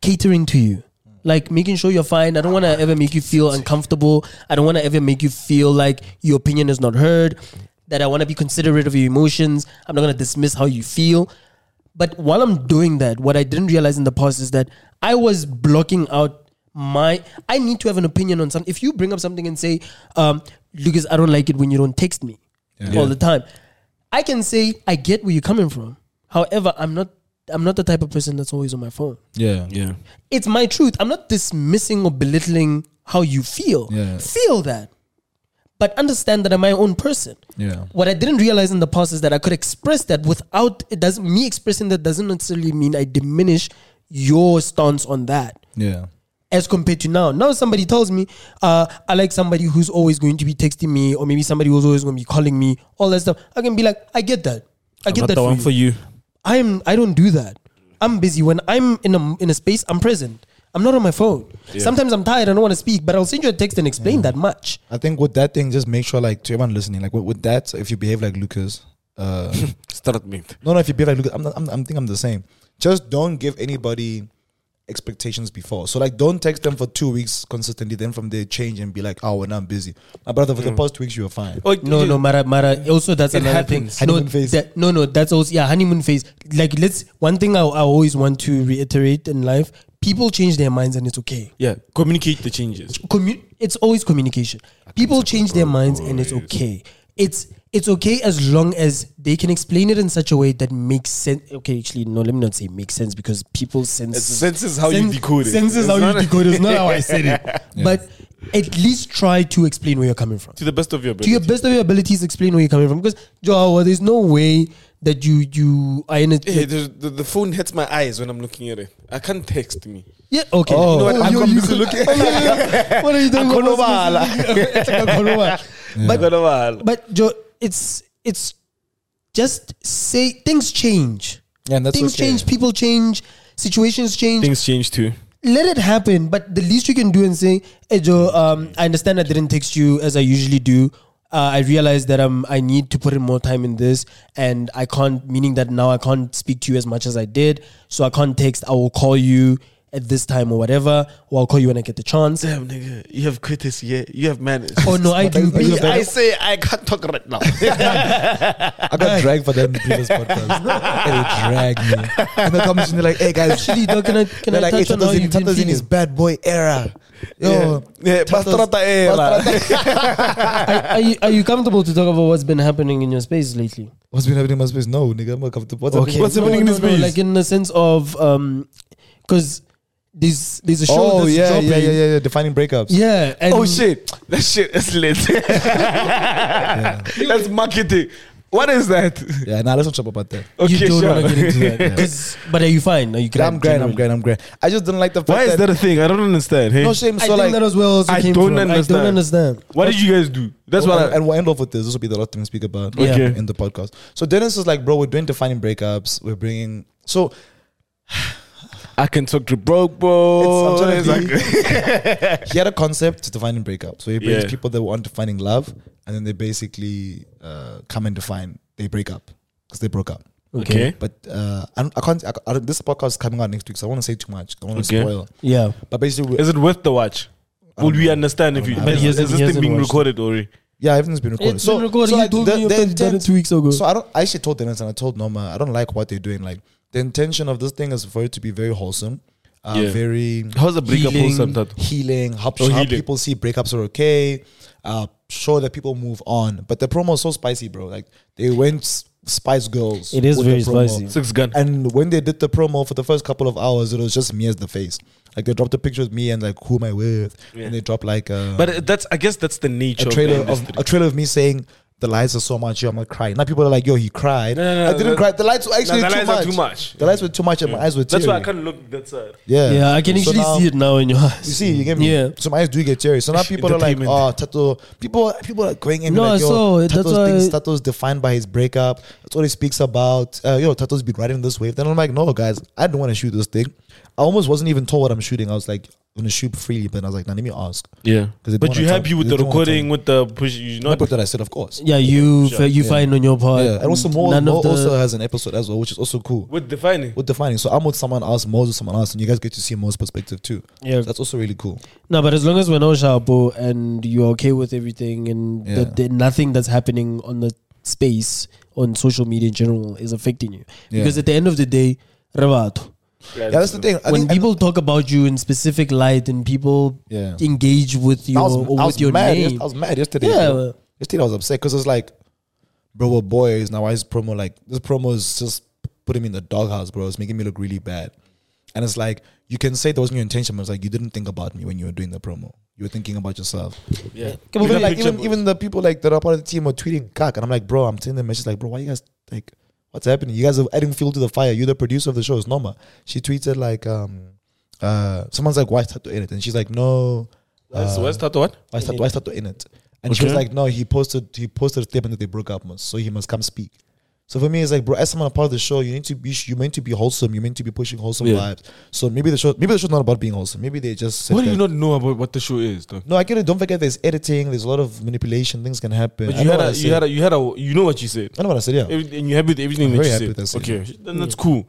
Speaker 5: catering to you like making sure you're fine i don't want to ever make you feel uncomfortable i don't want to ever make you feel like your opinion is not heard that i want to be considerate of your emotions i'm not going to dismiss how you feel but while I'm doing that, what I didn't realize in the past is that I was blocking out my. I need to have an opinion on something. If you bring up something and say, um, Lucas, I don't like it when you don't text me all the time, I can say I get where you're coming from. However, I'm not. I'm not the type of person that's always on my phone.
Speaker 4: yeah,
Speaker 2: Yeah.
Speaker 5: It's my truth. I'm not dismissing or belittling how you feel.
Speaker 4: Yeah.
Speaker 5: Feel that, but understand that I'm my own person
Speaker 4: yeah,
Speaker 5: what I didn't realize in the past is that I could express that without it doesn't me expressing that doesn't necessarily mean I diminish your stance on that.
Speaker 4: yeah.
Speaker 5: as compared to now. Now somebody tells me, uh, I like somebody who's always going to be texting me, or maybe somebody who's always going to be calling me, all that stuff. I can be like, I get that. I get
Speaker 7: Not
Speaker 5: that
Speaker 7: the
Speaker 5: for
Speaker 7: one
Speaker 5: you.
Speaker 7: for you.
Speaker 5: I'm I don't do that. I'm busy. When I'm in a in a space, I'm present. I'm not on my phone. Sometimes I'm tired. I don't want to speak, but I'll send you a text and explain that much.
Speaker 4: I think with that thing, just make sure, like, to everyone listening, like, with, with that, if you behave like Lucas, uh,
Speaker 2: Start mate.
Speaker 4: no, no, if you behave like Lucas, I'm, not, I'm, I'm think I'm the same. Just don't give anybody expectations before. So, like, don't text them for two weeks consistently, then from there change and be like, oh, when I'm busy. My brother, for
Speaker 5: Mm.
Speaker 4: the past two weeks, you were fine.
Speaker 2: Oh,
Speaker 5: No, no, Mara, Mara. Also, that's
Speaker 7: It
Speaker 5: another
Speaker 7: happens.
Speaker 5: thing. No,
Speaker 4: Honeymoon phase.
Speaker 5: that- no, no, that's also yeah, honeymoon phase. Like, let's one thing I, I always want to reiterate in life: people change their minds, and it's okay.
Speaker 2: Yeah, communicate the changes.
Speaker 5: commu- it's always communication. People change their minds and it's okay. It's it's okay as long as they can explain it in such a way that makes sense. Okay, actually, no, let me not say makes sense because people's sense
Speaker 2: It's senses how you decode it.
Speaker 5: Sense is
Speaker 2: It's
Speaker 5: how you
Speaker 2: not-
Speaker 5: decode it. It's not how I said it. But at least try to explain where you're coming from.
Speaker 2: To the best of your
Speaker 5: To
Speaker 2: ability.
Speaker 5: your best of your abilities, explain where you're coming from. Because Joao, there's no way that you you are in a
Speaker 2: Hey, the, the, the phone hits my eyes when I'm looking at it. I can't text me.
Speaker 5: yeah okay.
Speaker 4: Oh,
Speaker 2: know what? I'm
Speaker 5: you're
Speaker 2: gonna
Speaker 5: using-
Speaker 2: look at-
Speaker 5: Oh, yeah, yeah. What are you doing?
Speaker 2: Akonobala.
Speaker 5: It's like Akonobala. But
Speaker 2: But,
Speaker 5: But Joe, it's it's just say things change.
Speaker 4: Yeah, and that's
Speaker 5: things
Speaker 4: okay.
Speaker 5: change, people change, situations change.
Speaker 2: Things change too.
Speaker 5: Let it happen. But the least you can do and say, "Hey Joe, um, I understand I didn't text you as I usually do. Uh, I realized that um, I need to put in more time in this, and I can't. Meaning that now I can't speak to you as much as I did, so I can't text. I will call you." At this time or whatever, or I'll call you when I get the chance.
Speaker 2: Damn, nigga, you have courtesy. Yeah, you have manners.
Speaker 5: Oh no, I do. because
Speaker 2: I say I can't talk right now.
Speaker 4: I got dragged for that in the previous podcast. they dragged me. And the commission, they're like, hey guys,
Speaker 5: Actually, though, can I can
Speaker 4: they're
Speaker 5: I
Speaker 4: like, hey,
Speaker 5: touch on how
Speaker 4: Tata's in,
Speaker 5: you've been
Speaker 4: Tata's in his
Speaker 5: feeling?
Speaker 4: bad boy era. Yo,
Speaker 2: Yeah, Bastarata era.
Speaker 5: are you, are you comfortable to talk about what's been happening in your space lately?
Speaker 4: What's been happening in my space? No, nigga, I'm not comfortable. What's happening?
Speaker 2: What's happening in
Speaker 5: no,
Speaker 2: his
Speaker 5: no,
Speaker 2: space?
Speaker 5: like in the sense of um, because there's there's a show
Speaker 4: Oh
Speaker 5: that's
Speaker 4: yeah,
Speaker 5: dropping.
Speaker 4: yeah, yeah, yeah. Defining breakups.
Speaker 5: Yeah, and
Speaker 2: oh shit, that shit is lit. That's marketing. What is that?
Speaker 4: Yeah, nah, let's not talk about that.
Speaker 2: Okay,
Speaker 5: you don't
Speaker 2: sure.
Speaker 5: want to get into that. 'Cause- But are you fine? Are you
Speaker 4: I'm great, I'm great, I'm great. I just don't like the fact
Speaker 2: Why is
Speaker 4: that,
Speaker 2: that a thing? I don't understand. Hey,
Speaker 4: no shame.
Speaker 5: I
Speaker 4: So
Speaker 5: think
Speaker 4: like,
Speaker 5: that as well. Also
Speaker 2: I
Speaker 5: came
Speaker 2: don't
Speaker 5: from. I
Speaker 2: understand.
Speaker 5: don't understand.
Speaker 2: what did you guys do? That's what.
Speaker 4: and,
Speaker 2: I,
Speaker 4: and we'll end off with this. This will be the last thing we speak about
Speaker 5: Yeah.
Speaker 2: Okay.
Speaker 4: in the podcast. So Dennis is like, bro, we're doing defining breakups. We're bringing. So
Speaker 2: I can talk to broke bro.
Speaker 4: It's- I'm trying to be-
Speaker 2: Oh, Exactly.
Speaker 4: he had a concept to defining breakups. So he brings
Speaker 2: Yeah.
Speaker 4: people that want defining love, and then they basically uh, come and define they break up because they broke up.
Speaker 2: Okay.
Speaker 4: But uh, I, don't, I can't. I, I don't, this podcast is coming out next week, so I want to say too much. I want to
Speaker 2: Okay.
Speaker 4: spoil.
Speaker 5: Yeah,
Speaker 4: But basically,
Speaker 2: Is it worth the watch? Would we understand if you?
Speaker 5: But he
Speaker 2: Is,
Speaker 5: hasn't-
Speaker 2: is this
Speaker 5: he
Speaker 2: thing
Speaker 5: hasn't
Speaker 2: being
Speaker 5: watched it.
Speaker 2: recorded already?
Speaker 4: Yeah, everything's been recorded.
Speaker 5: It's been recorded. You told me you've done- done it two weeks ago.
Speaker 4: So I don't. I actually told Dennis and I told Norma. I don't like what they're doing. Like the intention of this thing is for it to be very wholesome, uh,
Speaker 2: Yeah.
Speaker 4: very
Speaker 2: How's the breakup wholesome, Tato?
Speaker 4: healing. How,
Speaker 2: Oh,
Speaker 4: how
Speaker 2: healing.
Speaker 4: people see breakups are okay. Uh, show that people move on. But the promo is so spicy, bro. Like they went s- Spice Girls.
Speaker 5: It is
Speaker 4: with the
Speaker 5: very
Speaker 4: promo.
Speaker 5: spicy.
Speaker 2: Six gun.
Speaker 4: And when they did the promo for the first couple of hours, it was just me as the face. Like they dropped a picture of me and like who am I with,
Speaker 2: Yeah.
Speaker 4: and they dropped like. Uh,
Speaker 2: But that's I guess that's the nature
Speaker 4: a
Speaker 2: of
Speaker 4: trailer
Speaker 2: the
Speaker 4: of
Speaker 2: industry.
Speaker 4: a trailer of me saying the lights are so much. Yo, I'm not crying. Now people are like, yo, he cried.
Speaker 2: No, no, no,
Speaker 4: I didn't
Speaker 2: no.
Speaker 4: cry. The lights were actually
Speaker 2: No, the
Speaker 4: too,
Speaker 2: lights are
Speaker 4: much.
Speaker 2: too much.
Speaker 4: The lights were too much, and my eyes were.
Speaker 2: That's why I
Speaker 4: teary.
Speaker 2: can't look that side.
Speaker 4: Yeah,
Speaker 5: yeah. I can
Speaker 4: So
Speaker 5: actually
Speaker 4: now-
Speaker 5: see it now in your eyes.
Speaker 4: You see, you get me.
Speaker 5: Yeah.
Speaker 4: So my eyes do get teary. So now people are like, oh,
Speaker 2: Entertainment.
Speaker 4: Tato. People, people are going in
Speaker 5: No,
Speaker 4: like,
Speaker 5: I
Speaker 4: yo,
Speaker 5: saw it.
Speaker 4: Tato's
Speaker 5: That's why-
Speaker 4: things. Tato's defined by his breakup. That's what he speaks about. Uh, yo, Tato's been riding this wave. Then I'm like, no, guys, I don't want to shoot this thing. I almost wasn't even told what I'm shooting. I was like, I'm gonna shoot freely, but I was like, nah, let me ask.
Speaker 2: Yeah.
Speaker 4: 'Cause they don't
Speaker 2: But
Speaker 4: wanna
Speaker 2: you
Speaker 4: talk- uh,
Speaker 2: happy with
Speaker 4: they
Speaker 2: the
Speaker 4: don't wanna
Speaker 2: recording, with the push you know
Speaker 4: Not that I said, of course.
Speaker 5: Yeah, you fi- you fine on your part.
Speaker 4: Yeah, and also Mo,
Speaker 5: None
Speaker 4: Mo
Speaker 5: of the-
Speaker 4: also has an episode as well, which is also cool.
Speaker 2: with defining.
Speaker 4: With defining, so I'm with someone else, Mo's with someone else, and you guys get to see Mo's perspective too.
Speaker 5: Yeah.
Speaker 4: that's also really cool.
Speaker 5: No, but as long as we're not sharpo and you're okay with everything and
Speaker 4: Yeah.
Speaker 5: that that nothing that's happening on the space on social media in general is affecting you.
Speaker 4: Yeah.
Speaker 5: Because at the end of the day, Rabat,
Speaker 4: Yeah, that's the thing. I
Speaker 5: when
Speaker 4: think-
Speaker 5: people talk about you in specific light and people
Speaker 4: Yeah.
Speaker 5: engage with you
Speaker 4: I was,
Speaker 5: or
Speaker 4: I
Speaker 5: with
Speaker 4: was
Speaker 5: your
Speaker 4: mad. yes-
Speaker 5: name,
Speaker 4: I was mad yesterday.
Speaker 5: Yeah.
Speaker 4: bro. yesterday I was upset because it's like, bro, we're boys now. Why is promo like this? Promo is just putting me in the doghouse, bro. It's making me look really bad. And it's like you can say that wasn't your intention, but it's like you didn't think about me when you were doing the promo. You were thinking about yourself.
Speaker 2: yeah.
Speaker 4: Even,
Speaker 2: With the
Speaker 4: like
Speaker 2: picture-
Speaker 4: even, even the people like that are part of the team are tweeting cock, and I'm like, bro, I'm sending them messages like, bro, why you guys like, what's happening? You guys are adding fuel to the fire. You're the producer of the show. It's Norma. She tweeted like, um, uh, someone's like, why is Tato in it? And she's like, no, uh,
Speaker 2: Where's, where's that one?
Speaker 4: why is Tato, why is Tato in it? And she was
Speaker 2: Okay.
Speaker 4: like, no, he posted he posted a statement that they broke up, so he must come speak. So for me, it's like, bro, as someone a part of the show, you need to be you meant to be wholesome, you meant to be pushing wholesome
Speaker 2: Yeah.
Speaker 4: vibes. So maybe the show maybe the show's not about being wholesome. Maybe they just said
Speaker 2: What do you not
Speaker 4: that-
Speaker 2: know about what the show is? Dog?
Speaker 4: No, I get it. Don't forget, there's editing. There's a lot of manipulation. Things can happen.
Speaker 2: But
Speaker 4: I
Speaker 2: you
Speaker 4: know
Speaker 2: had
Speaker 4: what I
Speaker 2: a, you
Speaker 4: said.
Speaker 2: had a, you had a, you know what you said,
Speaker 4: I know what I said. Yeah.
Speaker 2: Every- and you happy with everything
Speaker 4: I'm
Speaker 2: that
Speaker 4: very
Speaker 2: you
Speaker 4: happy
Speaker 2: said.
Speaker 4: with that
Speaker 2: okay, then that's cool.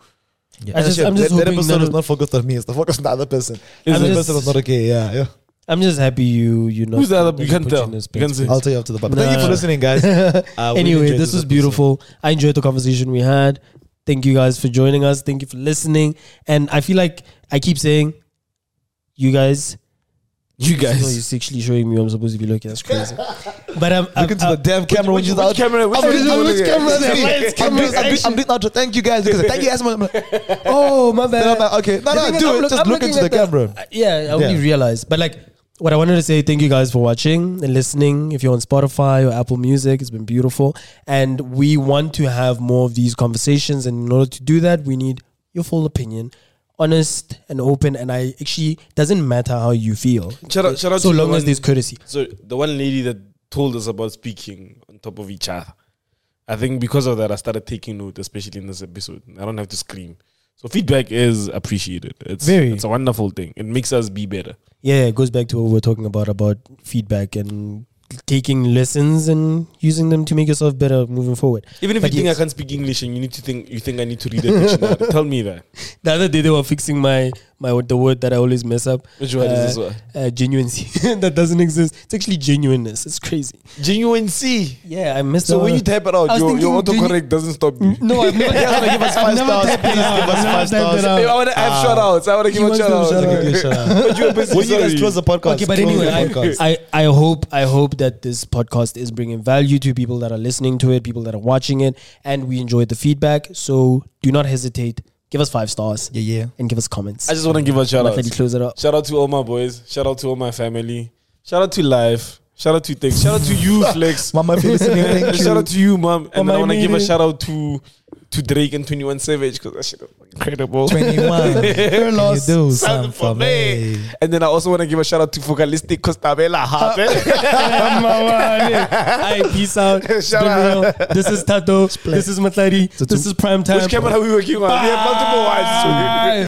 Speaker 5: I just, I'm just
Speaker 4: that, that
Speaker 5: hoping
Speaker 4: episode
Speaker 5: none
Speaker 4: is
Speaker 5: of-
Speaker 4: not focused on me. It's the focus on the other person. The
Speaker 5: I'm
Speaker 4: other
Speaker 5: just-
Speaker 4: person was not okay. Yeah, yeah.
Speaker 5: I'm just happy you you know
Speaker 2: Who's the other? You can't tell. You can't say.
Speaker 4: I'll tell you after the podcast.
Speaker 5: No,
Speaker 4: Thank you for
Speaker 5: no.
Speaker 4: listening, guys. Uh, we
Speaker 5: anyway,
Speaker 4: enjoyed
Speaker 5: this was
Speaker 4: episode.
Speaker 5: beautiful. I enjoyed the conversation we had. Thank you guys for joining us. Thank you for listening. And I feel like I keep saying, you guys,
Speaker 2: You
Speaker 5: No,
Speaker 2: guys.
Speaker 5: you're actually showing me. I'm supposed to be looking. That's crazy. but um,
Speaker 4: Look into the damn camera when
Speaker 2: which-
Speaker 4: you're
Speaker 2: which
Speaker 4: out.
Speaker 2: camera? Which
Speaker 4: I'm doing-
Speaker 2: camera?
Speaker 4: I'm
Speaker 2: Which
Speaker 4: doing-
Speaker 2: camera?
Speaker 4: I'm doing-
Speaker 5: Why is
Speaker 4: I'm doing-
Speaker 5: camera
Speaker 4: I'm doing- I'm doing outro. Thank you guys. You guys say, Thank you guys. I'm like,
Speaker 5: oh my bad.
Speaker 4: Then I'm like, okay, no,
Speaker 5: The
Speaker 4: no,
Speaker 5: thing is,
Speaker 4: do
Speaker 5: I'm
Speaker 4: it.
Speaker 5: look-
Speaker 4: Just
Speaker 5: I'm
Speaker 4: look into
Speaker 5: looking
Speaker 4: the
Speaker 5: at
Speaker 4: camera.
Speaker 5: uh, yeah, I only
Speaker 4: Yeah.
Speaker 5: realized. But like, what I wanted to say, thank you guys for watching and listening. If you're on Spotify or Apple Music, it's been beautiful. And we want to have more of these conversations. And in order to do that, we need your full opinion, honest and open. And I actually doesn't matter how you feel,
Speaker 2: Shout out, shout out
Speaker 5: so
Speaker 2: to the
Speaker 5: long as
Speaker 2: one-
Speaker 5: there's courtesy.
Speaker 2: So the one lady that told us about speaking on top of each other, I think because of that, I started taking note, especially in this episode. I don't have to scream. So feedback is appreciated. It's
Speaker 5: Very.
Speaker 2: It's a wonderful thing. It makes us be better.
Speaker 5: Yeah, it goes back to what we were talking about about feedback and taking lessons and using them to make yourself better moving forward.
Speaker 2: Even if
Speaker 5: But
Speaker 2: you think
Speaker 5: yes.
Speaker 2: I can't speak English and you need to think, you think I need to read a dictionary. tell me that.
Speaker 5: The other day they were fixing my my word- the word that I always mess up.
Speaker 2: Which word
Speaker 5: Uh,
Speaker 2: is this one?
Speaker 5: Uh, genuineness that doesn't exist. It's actually genuineness. It's crazy.
Speaker 2: Genuine C.
Speaker 5: Yeah, I missed.
Speaker 2: So
Speaker 5: the
Speaker 2: when you
Speaker 5: word.
Speaker 2: type it
Speaker 5: I
Speaker 2: out,
Speaker 5: was
Speaker 2: your, your
Speaker 5: thinking,
Speaker 2: autocorrect doesn't stop you.
Speaker 5: no, I've never.
Speaker 4: Yeah, give us
Speaker 5: I've
Speaker 4: five
Speaker 5: never
Speaker 4: stars.
Speaker 5: typed it
Speaker 4: Please
Speaker 5: out.
Speaker 4: give us
Speaker 5: I've never
Speaker 4: five
Speaker 5: typed it
Speaker 4: stars.
Speaker 5: out.
Speaker 2: Hey, I want to have shout outs. I want Ah. to
Speaker 5: He
Speaker 2: give a
Speaker 5: wants
Speaker 2: shout
Speaker 5: to shout
Speaker 2: out.
Speaker 5: out.
Speaker 2: But you're busy.
Speaker 4: When you guys
Speaker 2: sorry.
Speaker 4: close the podcast,
Speaker 5: Okay, but
Speaker 4: close
Speaker 5: anyway,
Speaker 4: the podcast.
Speaker 5: I, I, I hope I hope that this podcast is bringing value to people that are listening to it, people that are watching it, and we enjoyed the feedback. So do not hesitate. Give us five stars.
Speaker 4: Yeah, yeah.
Speaker 5: And give us comments.
Speaker 2: I just want to give a shout
Speaker 5: Let me
Speaker 2: out.
Speaker 5: close it up.
Speaker 2: Shout out to all my boys. Shout out to all my family. Shout out to life. Shout out to things. Shout out to you, Flex.
Speaker 4: Mama, if you're listening, thank
Speaker 2: Shout
Speaker 4: you.
Speaker 2: out to you, mom. And
Speaker 5: my
Speaker 2: then I want to give a
Speaker 5: meeting.
Speaker 2: shout out to to Drake and Twenty One Savage because that shit is incredible.
Speaker 4: 21. Can you
Speaker 5: lost.
Speaker 4: do
Speaker 2: Something
Speaker 4: something
Speaker 2: for
Speaker 4: for
Speaker 2: me.
Speaker 4: me?
Speaker 2: And then I also want to give a shout out to Focalistic Costabella Hub.
Speaker 5: Hi, peace out. It's
Speaker 2: Shout
Speaker 5: been
Speaker 2: out.
Speaker 5: real. This is Tato. This is Matari. This is Prime Time.
Speaker 2: Which camera we working on? We have multiple ones.
Speaker 5: Bye.